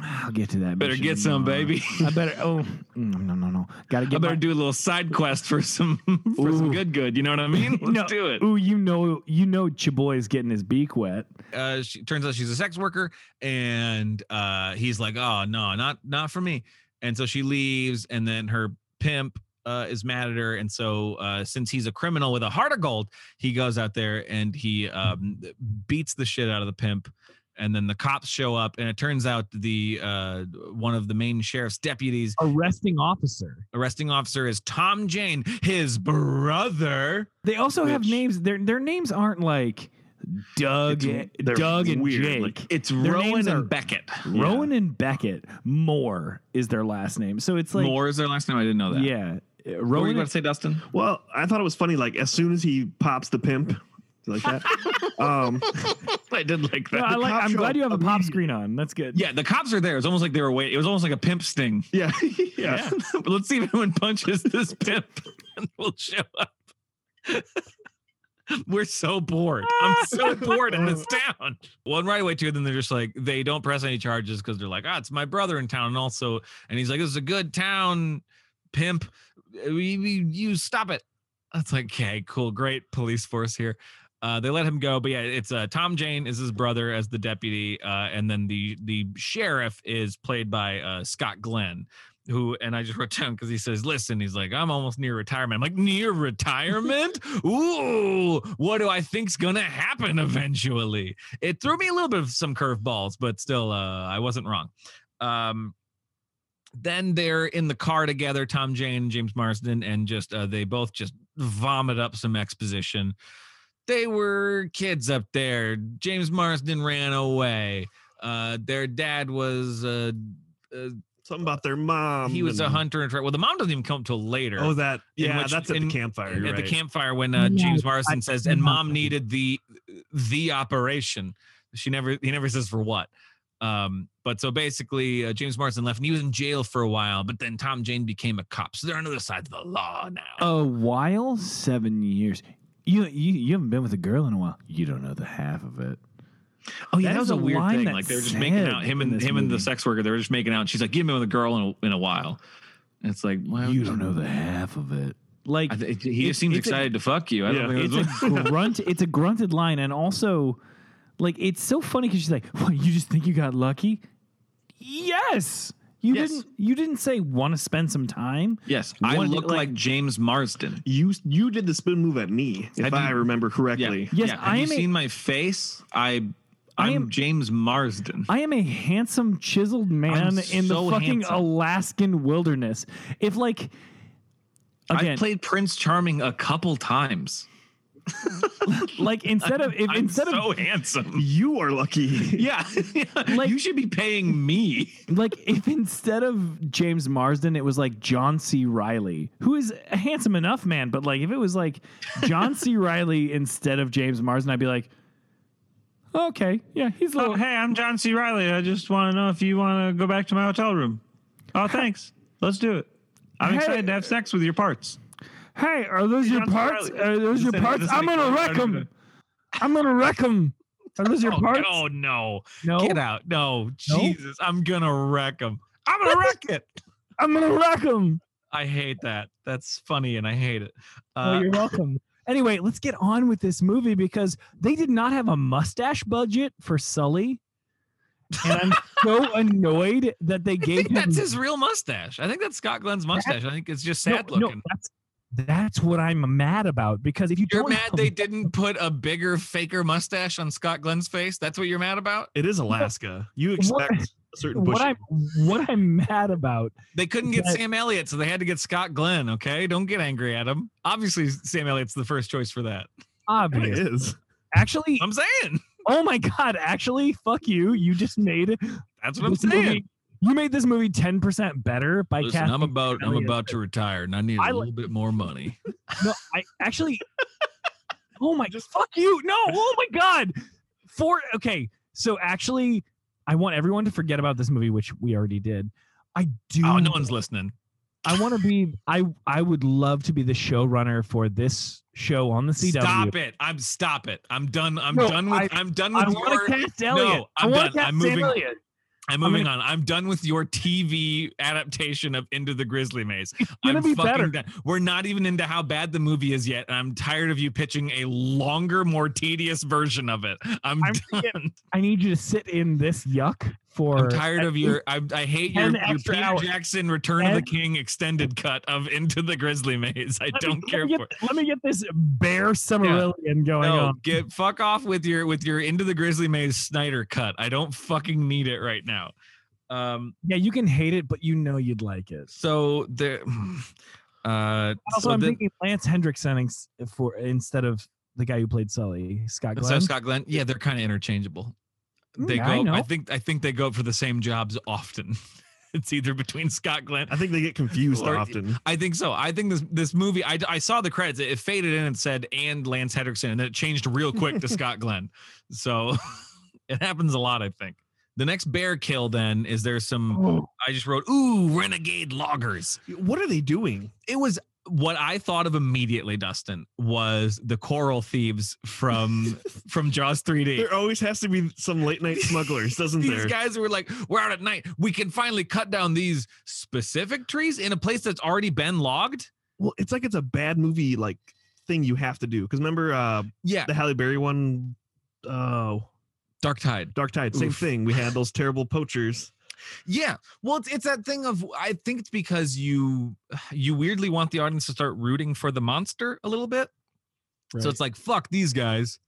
Speaker 5: I'll get to that.
Speaker 2: Better
Speaker 5: mission
Speaker 2: get some,
Speaker 5: tomorrow.
Speaker 2: baby.
Speaker 5: I better. Oh mm, no, no, no! Gotta
Speaker 2: I
Speaker 5: get.
Speaker 2: better
Speaker 5: my-
Speaker 2: do a little side quest for some *laughs* for some
Speaker 5: Ooh.
Speaker 2: good good. You know what
Speaker 5: *laughs*
Speaker 2: I mean? Let's
Speaker 5: No.
Speaker 2: do it.
Speaker 5: Ooh, you know, you know, Chaboy's getting his beak wet.
Speaker 2: Uh, she turns out she's a sex worker, and uh, he's like, "Oh no, not not for me." And so she leaves, and then her pimp uh, is mad at her. And so uh, since he's a criminal with a heart of gold, he goes out there and he um, beats the shit out of the pimp. And then the cops show up, and it turns out the uh, one of the main sheriff's deputies,
Speaker 4: arresting officer
Speaker 2: arresting officer, is Tom Jane, his brother.
Speaker 5: They also have
Speaker 2: Which-
Speaker 5: names. Their their names aren't like Doug,
Speaker 3: It's-
Speaker 5: and-
Speaker 3: they're
Speaker 5: Doug and
Speaker 3: weird,
Speaker 5: Jake.
Speaker 3: like-
Speaker 2: It's
Speaker 5: Their
Speaker 2: Rowan
Speaker 5: names
Speaker 2: and
Speaker 5: are-
Speaker 2: Beckett.
Speaker 5: Rowan and Beckett Moore is their last name. So it's like
Speaker 2: Moore is their last name. I didn't know that.
Speaker 5: Yeah, Uh,
Speaker 2: What were you
Speaker 5: Rowan.
Speaker 2: about to say, Dustin?
Speaker 3: Well, I thought it was funny. Like as soon as he pops the pimp, like that. um,
Speaker 2: *laughs* I did like
Speaker 5: No,
Speaker 2: that.
Speaker 5: I like,
Speaker 3: cop
Speaker 5: I'm
Speaker 3: show
Speaker 5: glad you have a pop
Speaker 3: immediate-
Speaker 5: screen on. That's good.
Speaker 2: Yeah, the cops are there. It's almost like they were waiting. It was almost like a pimp sting.
Speaker 3: yeah, *laughs* yeah,
Speaker 2: but *laughs* let's see if anyone punches this pimp *laughs* and we'll show up. *laughs* We're so bored. I'm so bored in this town. One right away, too. Then they're just like, they don't press any charges because they're like, ah, it's my brother in town. And also, and he's like, this is a good town, pimp. Uh, We, we, you stop it. That's like, okay, cool. Great police force here. Uh, they let him go, but yeah, it's uh, Tom Jane is his brother as the deputy, uh, and then the the sheriff is played by uh, Scott Glenn, who and I just wrote down because he says, "Listen," he's like, "I'm almost near retirement." I'm like, "Near retirement? Ooh, what do I think's gonna happen eventually?" It threw me a little bit of some curveballs, but still, uh, I wasn't wrong. Um, then they're in the car together, Tom Jane, James Marsden, and just uh, they both just vomit up some exposition. They were kids up there. James Marsden ran away. Uh, their dad was. Uh, uh,
Speaker 3: Something about their mom.
Speaker 2: he was a
Speaker 3: and-
Speaker 2: hunter and tra- well the mom doesn't even come till later
Speaker 3: Oh, that yeah,
Speaker 2: which-
Speaker 3: that's at
Speaker 2: in-
Speaker 3: the campfire.
Speaker 2: at
Speaker 3: you're
Speaker 2: the
Speaker 3: right.
Speaker 2: campfire when uh,
Speaker 4: Yeah,
Speaker 2: james morrison
Speaker 4: I-
Speaker 2: says and mom needed the the operation she never he never says for what um but so basically uh, james morrison left and he was in jail for a while but then tom jane became a cop so they're on the other side of the law now
Speaker 5: A while, seven years. You, you you haven't been with a girl in a while. You don't know the half of it.
Speaker 2: oh
Speaker 5: that is a line that's
Speaker 2: like they were just making
Speaker 5: said
Speaker 2: out him
Speaker 5: in
Speaker 2: and
Speaker 5: this
Speaker 2: him and the
Speaker 5: movie.
Speaker 2: sex worker they were just making out and she's like give me with a girl in a, in a while and it's like well,
Speaker 5: You don't know the half of it. Like
Speaker 2: I th- he just
Speaker 5: It's-
Speaker 2: seems
Speaker 5: it's a-
Speaker 2: excited to fuck you. I don't
Speaker 3: Yeah.
Speaker 2: think
Speaker 5: it's
Speaker 2: that's
Speaker 5: a
Speaker 2: what- *laughs*
Speaker 5: grunt. It's a grunted line, and also, like, it's so funny because she's like, "What? You just think you got lucky? Yes. You
Speaker 2: Yes.
Speaker 5: didn't. You didn't say want to spend some time.
Speaker 2: Yes, I
Speaker 5: One-
Speaker 2: look like,
Speaker 5: like-
Speaker 2: James Marsden.
Speaker 3: You you did the spoon move at me, if
Speaker 2: Have you-
Speaker 3: I remember correctly.
Speaker 5: Yes,
Speaker 2: Have
Speaker 5: I
Speaker 2: you
Speaker 5: am a-
Speaker 2: seen my face? I, I'm
Speaker 5: I am-
Speaker 2: James Marsden.
Speaker 5: I am a handsome, chiseled man in
Speaker 2: so
Speaker 5: the fucking
Speaker 2: handsome.
Speaker 5: Alaskan wilderness. If like,
Speaker 2: I
Speaker 5: again,
Speaker 2: played Prince Charming a couple times.
Speaker 5: *laughs*
Speaker 2: *laughs*
Speaker 5: like instead of if,
Speaker 2: I'm
Speaker 5: instead
Speaker 2: so
Speaker 5: of
Speaker 2: handsome.
Speaker 3: You are lucky.
Speaker 2: Yeah, *laughs*
Speaker 5: Like-
Speaker 2: you should be paying me.
Speaker 5: *laughs* like if instead of James Marsden, it was like John C. Riley, who is a handsome enough man, but like if it was like John
Speaker 2: *laughs*
Speaker 5: C. Riley instead of James Marsden, I'd be like, okay, yeah, he's a little.
Speaker 4: hey, I'm John C. Riley. I just want to know if you want to go back to my hotel room. Oh, thanks. Let's do it. I'm
Speaker 5: Hey. excited to
Speaker 4: have sex with your parts.
Speaker 5: *laughs* Hey, are those your
Speaker 4: John C.
Speaker 5: parts?
Speaker 4: Reilly.
Speaker 5: Are those your
Speaker 4: Listen,
Speaker 5: parts?
Speaker 4: listen,
Speaker 5: I'm gonna wreck
Speaker 4: listen.
Speaker 5: them. I'm gonna wreck them. Are those your
Speaker 2: *laughs* Oh,
Speaker 5: parts?
Speaker 2: no, no,
Speaker 5: No.
Speaker 2: get out! No,
Speaker 5: No?
Speaker 2: Jesus, I'm gonna wreck him. I'm gonna wreck it.
Speaker 5: I'm gonna wreck them.
Speaker 2: I hate that. That's funny, and I hate it.
Speaker 4: Oh,
Speaker 2: Uh,
Speaker 4: you're welcome.
Speaker 5: Anyway, let's get on with this movie because they did not have a mustache budget for Sully.
Speaker 4: And I'm
Speaker 2: *laughs*
Speaker 5: So annoyed that they
Speaker 2: I
Speaker 5: gave
Speaker 2: think
Speaker 5: him
Speaker 2: that's his real mustache. I think that's Scott Glenn's mustache. I think it's just
Speaker 4: No,
Speaker 2: sad
Speaker 4: no,
Speaker 2: looking.
Speaker 4: that's, that's what I'm mad about because if you
Speaker 2: You're
Speaker 4: don't
Speaker 2: mad
Speaker 4: have
Speaker 2: they didn't put a bigger faker mustache on Scott Glenn's face? That's what you're mad about?
Speaker 3: It is Alaska. You expect a certain bush.
Speaker 4: what I'm what I'm mad about
Speaker 2: They couldn't get
Speaker 4: That-
Speaker 2: Sam Elliott, so they had to get Scott Glenn, okay? Don't get angry at him. Obviously, Sam Elliott's the first choice for that.
Speaker 3: *laughs* It
Speaker 4: obvious.
Speaker 3: is.
Speaker 4: Actually,
Speaker 2: I'm saying.
Speaker 4: oh my god, actually, fuck you. You just made
Speaker 2: That's what I'm
Speaker 4: this movie-
Speaker 2: saying.
Speaker 4: you made this movie 10% better by casting
Speaker 2: about
Speaker 4: Elliott.
Speaker 2: to retire and I need
Speaker 4: I like-
Speaker 2: bit more money.
Speaker 4: No, I
Speaker 2: *laughs*
Speaker 4: actually. oh my! fuck you! No! Oh my god! For okay, so actually, I want everyone to forget about this movie, which we already did. I do.
Speaker 2: Oh, no one's listening.
Speaker 4: I want to be. I I would love to be the showrunner for this show on the CW.
Speaker 2: Stop it. I'm stop it. I'm done. I'm
Speaker 4: No,
Speaker 2: done with
Speaker 4: I-
Speaker 2: I, am done with
Speaker 4: I want
Speaker 2: your
Speaker 4: to cast Elliot. I
Speaker 2: I'm
Speaker 4: want
Speaker 2: done.
Speaker 4: to cast
Speaker 2: I'm
Speaker 4: Sam
Speaker 2: moving-
Speaker 4: Elliot.
Speaker 2: I'm moving on. I'm done with your TV adaptation of Into the Grizzly Maze.
Speaker 4: gonna
Speaker 2: I'm
Speaker 4: be
Speaker 2: fucking *laughs*
Speaker 4: better.
Speaker 2: done. We're not even into how bad the movie is yet, and I'm tired of you pitching a longer, more tedious version of it. I'm,
Speaker 4: I'm
Speaker 2: done.
Speaker 4: gonna get- I need you to sit in this yuck for.
Speaker 2: I'm tired of your. I, I hate your,
Speaker 4: 10
Speaker 2: your
Speaker 4: extra
Speaker 2: Peter
Speaker 4: hours.
Speaker 2: Jackson Return of
Speaker 4: Ten-
Speaker 2: the King extended cut of Into the Grizzly Maze. I
Speaker 4: Let me-
Speaker 2: don't
Speaker 4: let
Speaker 2: care
Speaker 4: me get-
Speaker 2: for it.
Speaker 4: Let me get this bear Summerillion going
Speaker 2: No,
Speaker 4: on.
Speaker 2: get fuck off with your with your Into the Grizzly Maze Snyder cut. I don't fucking need it right now. Um.
Speaker 4: Yeah, you can hate it, but you know you'd like it.
Speaker 2: So there. *sighs* Uh,
Speaker 4: Also,
Speaker 2: so
Speaker 4: I'm
Speaker 2: the-
Speaker 4: thinking Lance Hendrickson ins- uh, for instead of the guy who played Sully, Scott
Speaker 2: So
Speaker 4: Glenn.
Speaker 2: Scott Glenn, yeah, they're kind of interchangeable. They
Speaker 4: Yeah, I
Speaker 2: go. I,
Speaker 4: know.
Speaker 2: think. I think they go for the same jobs often. *laughs* it's either between Scott Glenn.
Speaker 3: I think they get confused
Speaker 2: Or-
Speaker 3: often.
Speaker 2: I think so. I think this this movie. I, I saw the credits. It, faded in and said and Lance Henriksen, and then it changed real quick to Scott Glenn. So *laughs* it happens a lot. I think. The next bear kill then is there's some. I just wrote ooh renegade loggers
Speaker 3: What are they doing?
Speaker 2: it was what I thought of immediately, Dustin, was the coral thieves from from Jaws 3D.
Speaker 3: There always has to be some late night smugglers, doesn't
Speaker 2: These
Speaker 3: there?
Speaker 2: guys were like, we're out at night. We can finally cut down these specific trees in a place that's already been logged.
Speaker 3: well, it's like it's a bad movie like thing you have to do. Because remember uh
Speaker 2: Yeah.
Speaker 3: the Halle Berry one, oh,
Speaker 2: Dark Tide.
Speaker 3: Dark Tide, same
Speaker 2: Oof.
Speaker 3: thing. We had those terrible poachers.
Speaker 2: Yeah. Well, it's, it's that thing of I think it's because you *sighs* you weirdly want the audience to start rooting for the monster a little bit. So it's like fuck these guys.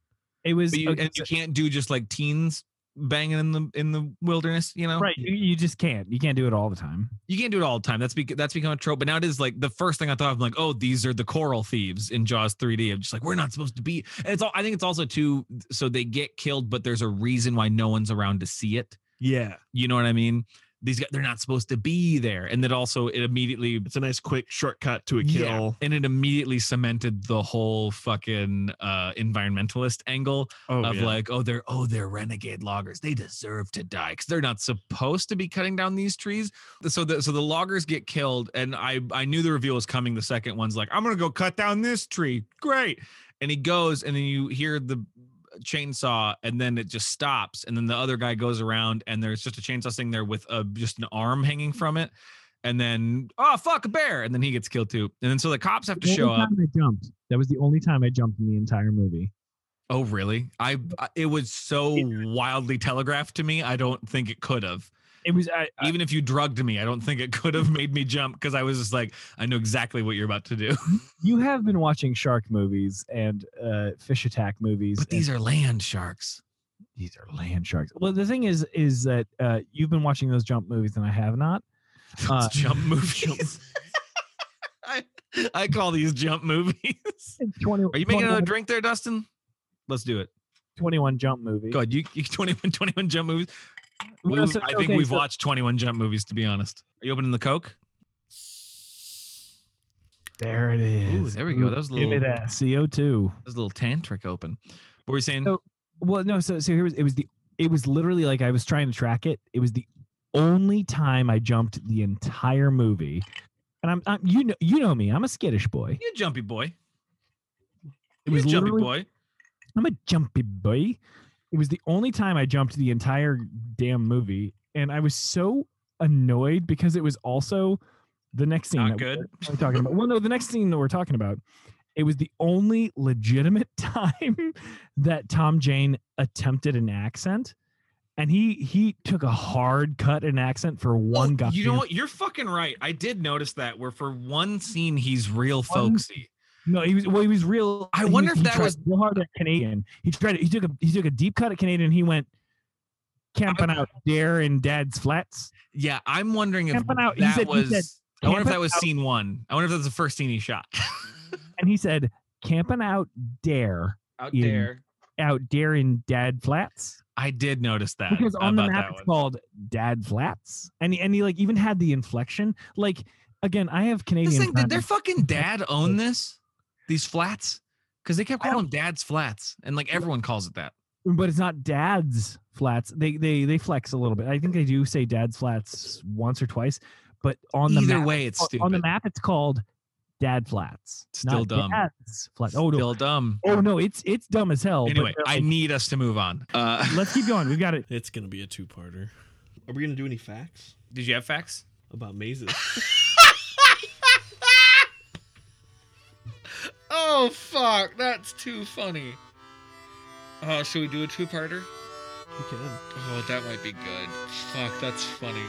Speaker 4: It was
Speaker 2: But you,
Speaker 4: okay,
Speaker 2: and you can't do just like teens banging in the in the wilderness, you know?
Speaker 4: right. You, you just can't. You can't do it all the time.
Speaker 2: You can't do it all the time. That's bec- that's become a trope. But now it is like the first thing I thought of, like, oh, these are the coral thieves in Jaws 3D. I'm just like, we're not supposed to be. And it's all. I think it's also too. So they get killed, but there's a reason why no one's around to see it.
Speaker 3: Yeah.
Speaker 2: You know what I mean? These guys, they're not supposed to be there. And then also, it immediately
Speaker 3: It's a nice quick shortcut to a kill.
Speaker 2: yeah, and it immediately cemented the whole fucking uh, environmentalist angle
Speaker 3: Oh,
Speaker 2: of
Speaker 3: yeah.
Speaker 2: like, oh, they're oh, they're renegade loggers. They deserve to die because they're not supposed to be cutting down these trees. So the so the loggers get killed, and I I knew the reveal was coming. The second one's like, I'm gonna go cut down this tree. Great, and he goes, and then you hear the chainsaw and then it just stops and then the other guy goes around and there's just a chainsaw sitting there with a just an arm hanging from it and then oh fuck a bear and then he gets killed too and then so the cops have to show up
Speaker 4: I jumped. That was the only time I jumped in the entire movie.
Speaker 2: oh really i I- it was so wildly telegraphed to me i don't think it could have
Speaker 4: It was I, I-
Speaker 2: even if you drugged me i don't think it could have made me jump because i was just like i know exactly what you're about to do *laughs*
Speaker 4: you have been watching shark movies and uh, fish attack movies.
Speaker 2: but
Speaker 4: and-
Speaker 2: these are land sharks *laughs*
Speaker 4: these are land sharks. Well, the thing is, is that uh, you've been watching those jump movies and I have not.
Speaker 2: Those
Speaker 4: *laughs* Uh,
Speaker 2: jump movies *laughs* I, I call these jump movies *laughs* Are you making another drink there, Dustin? Let's do it.
Speaker 4: 21 jump movie?
Speaker 2: Go ahead. You, *laughs* you 21, 21 jump movies. We-
Speaker 4: Well, so-
Speaker 2: I think
Speaker 4: okay,
Speaker 2: we've
Speaker 4: so-
Speaker 2: watched 21 jump movies, to be honest. Are you opening the Coke?
Speaker 4: There it is. Mm,
Speaker 2: there we go. That was a
Speaker 4: Give me
Speaker 2: little-
Speaker 4: that CO2.
Speaker 2: There's a little tantric open. What were you saying?
Speaker 4: So- Well, no. So, so here was it was the it was literally like I was trying to track it. It was the only time I jumped the entire movie, and I'm, I'm you know you know me. I'm a skittish boy.
Speaker 2: you jumpy boy.
Speaker 4: It
Speaker 2: You
Speaker 4: was
Speaker 2: jumpy
Speaker 4: literally-
Speaker 2: boy.
Speaker 4: I'm a jumpy boy. It was the only time I jumped the entire damn movie, and I was so annoyed because it was also the next scene.
Speaker 2: Not
Speaker 4: that
Speaker 2: good.
Speaker 4: We're, we're talking about. Well, no, the next scene that we're talking about. It was the only legitimate *laughs* time that Tom Jane attempted an accent, and he he took a hard cut in accent for one
Speaker 2: Oh,
Speaker 4: guy.
Speaker 2: You know what? You're fucking right. I did notice that where for one scene he's real folksy.
Speaker 4: No, he was well. He was real.
Speaker 2: I
Speaker 4: he
Speaker 2: wonder if
Speaker 4: he
Speaker 2: that
Speaker 4: tried
Speaker 2: was-
Speaker 4: real hard at Canadian. He tried. He took a he took a deep cut at Canadian. He went camping out there in Dad's flats.
Speaker 2: Yeah, I'm wondering if
Speaker 4: Camping out. He
Speaker 2: that
Speaker 4: said- he
Speaker 2: was
Speaker 4: said,
Speaker 2: I wonder if
Speaker 4: "Camping
Speaker 2: that was
Speaker 4: out."
Speaker 2: scene one. I wonder if that's the first scene he shot. *laughs*
Speaker 4: And he said camping out there
Speaker 2: Out
Speaker 4: In-
Speaker 2: there.
Speaker 4: out there in Dad flats
Speaker 2: I did notice that.
Speaker 4: because on the
Speaker 2: about
Speaker 4: map
Speaker 2: that one.
Speaker 4: it's called Dad flats. And he, and he like even had the inflection. Like again, I have
Speaker 2: This
Speaker 4: Canadian.
Speaker 2: thing, did
Speaker 4: friends.
Speaker 2: their fucking dad own this? These flats? Because they kept calling them dad's flats. And like everyone calls it that.
Speaker 4: but it's not dad's flats. They they they flex a little bit. I think they do say dad's flats once or twice, but on the
Speaker 2: Either
Speaker 4: map,
Speaker 2: way, it's
Speaker 4: on-
Speaker 2: stupid.
Speaker 4: on the map it's called dad flats.
Speaker 2: Still
Speaker 4: not
Speaker 2: dumb.
Speaker 4: Dad's flat. Oh no.
Speaker 2: Still dumb.
Speaker 4: Oh no, it's it's dumb as hell. but
Speaker 2: Anyway,
Speaker 4: they're
Speaker 2: I
Speaker 4: like,
Speaker 2: need us to move on. Uh,
Speaker 4: let's keep going. We've got it.
Speaker 11: It's gonna be a two-parter
Speaker 3: Are we gonna do any facts
Speaker 2: did you have facts?
Speaker 3: about mazes?
Speaker 2: Oh, fuck. That's too funny. Oh, should we do a two parter?
Speaker 3: we can.
Speaker 2: Oh, that might be good. Fuck, that's funny.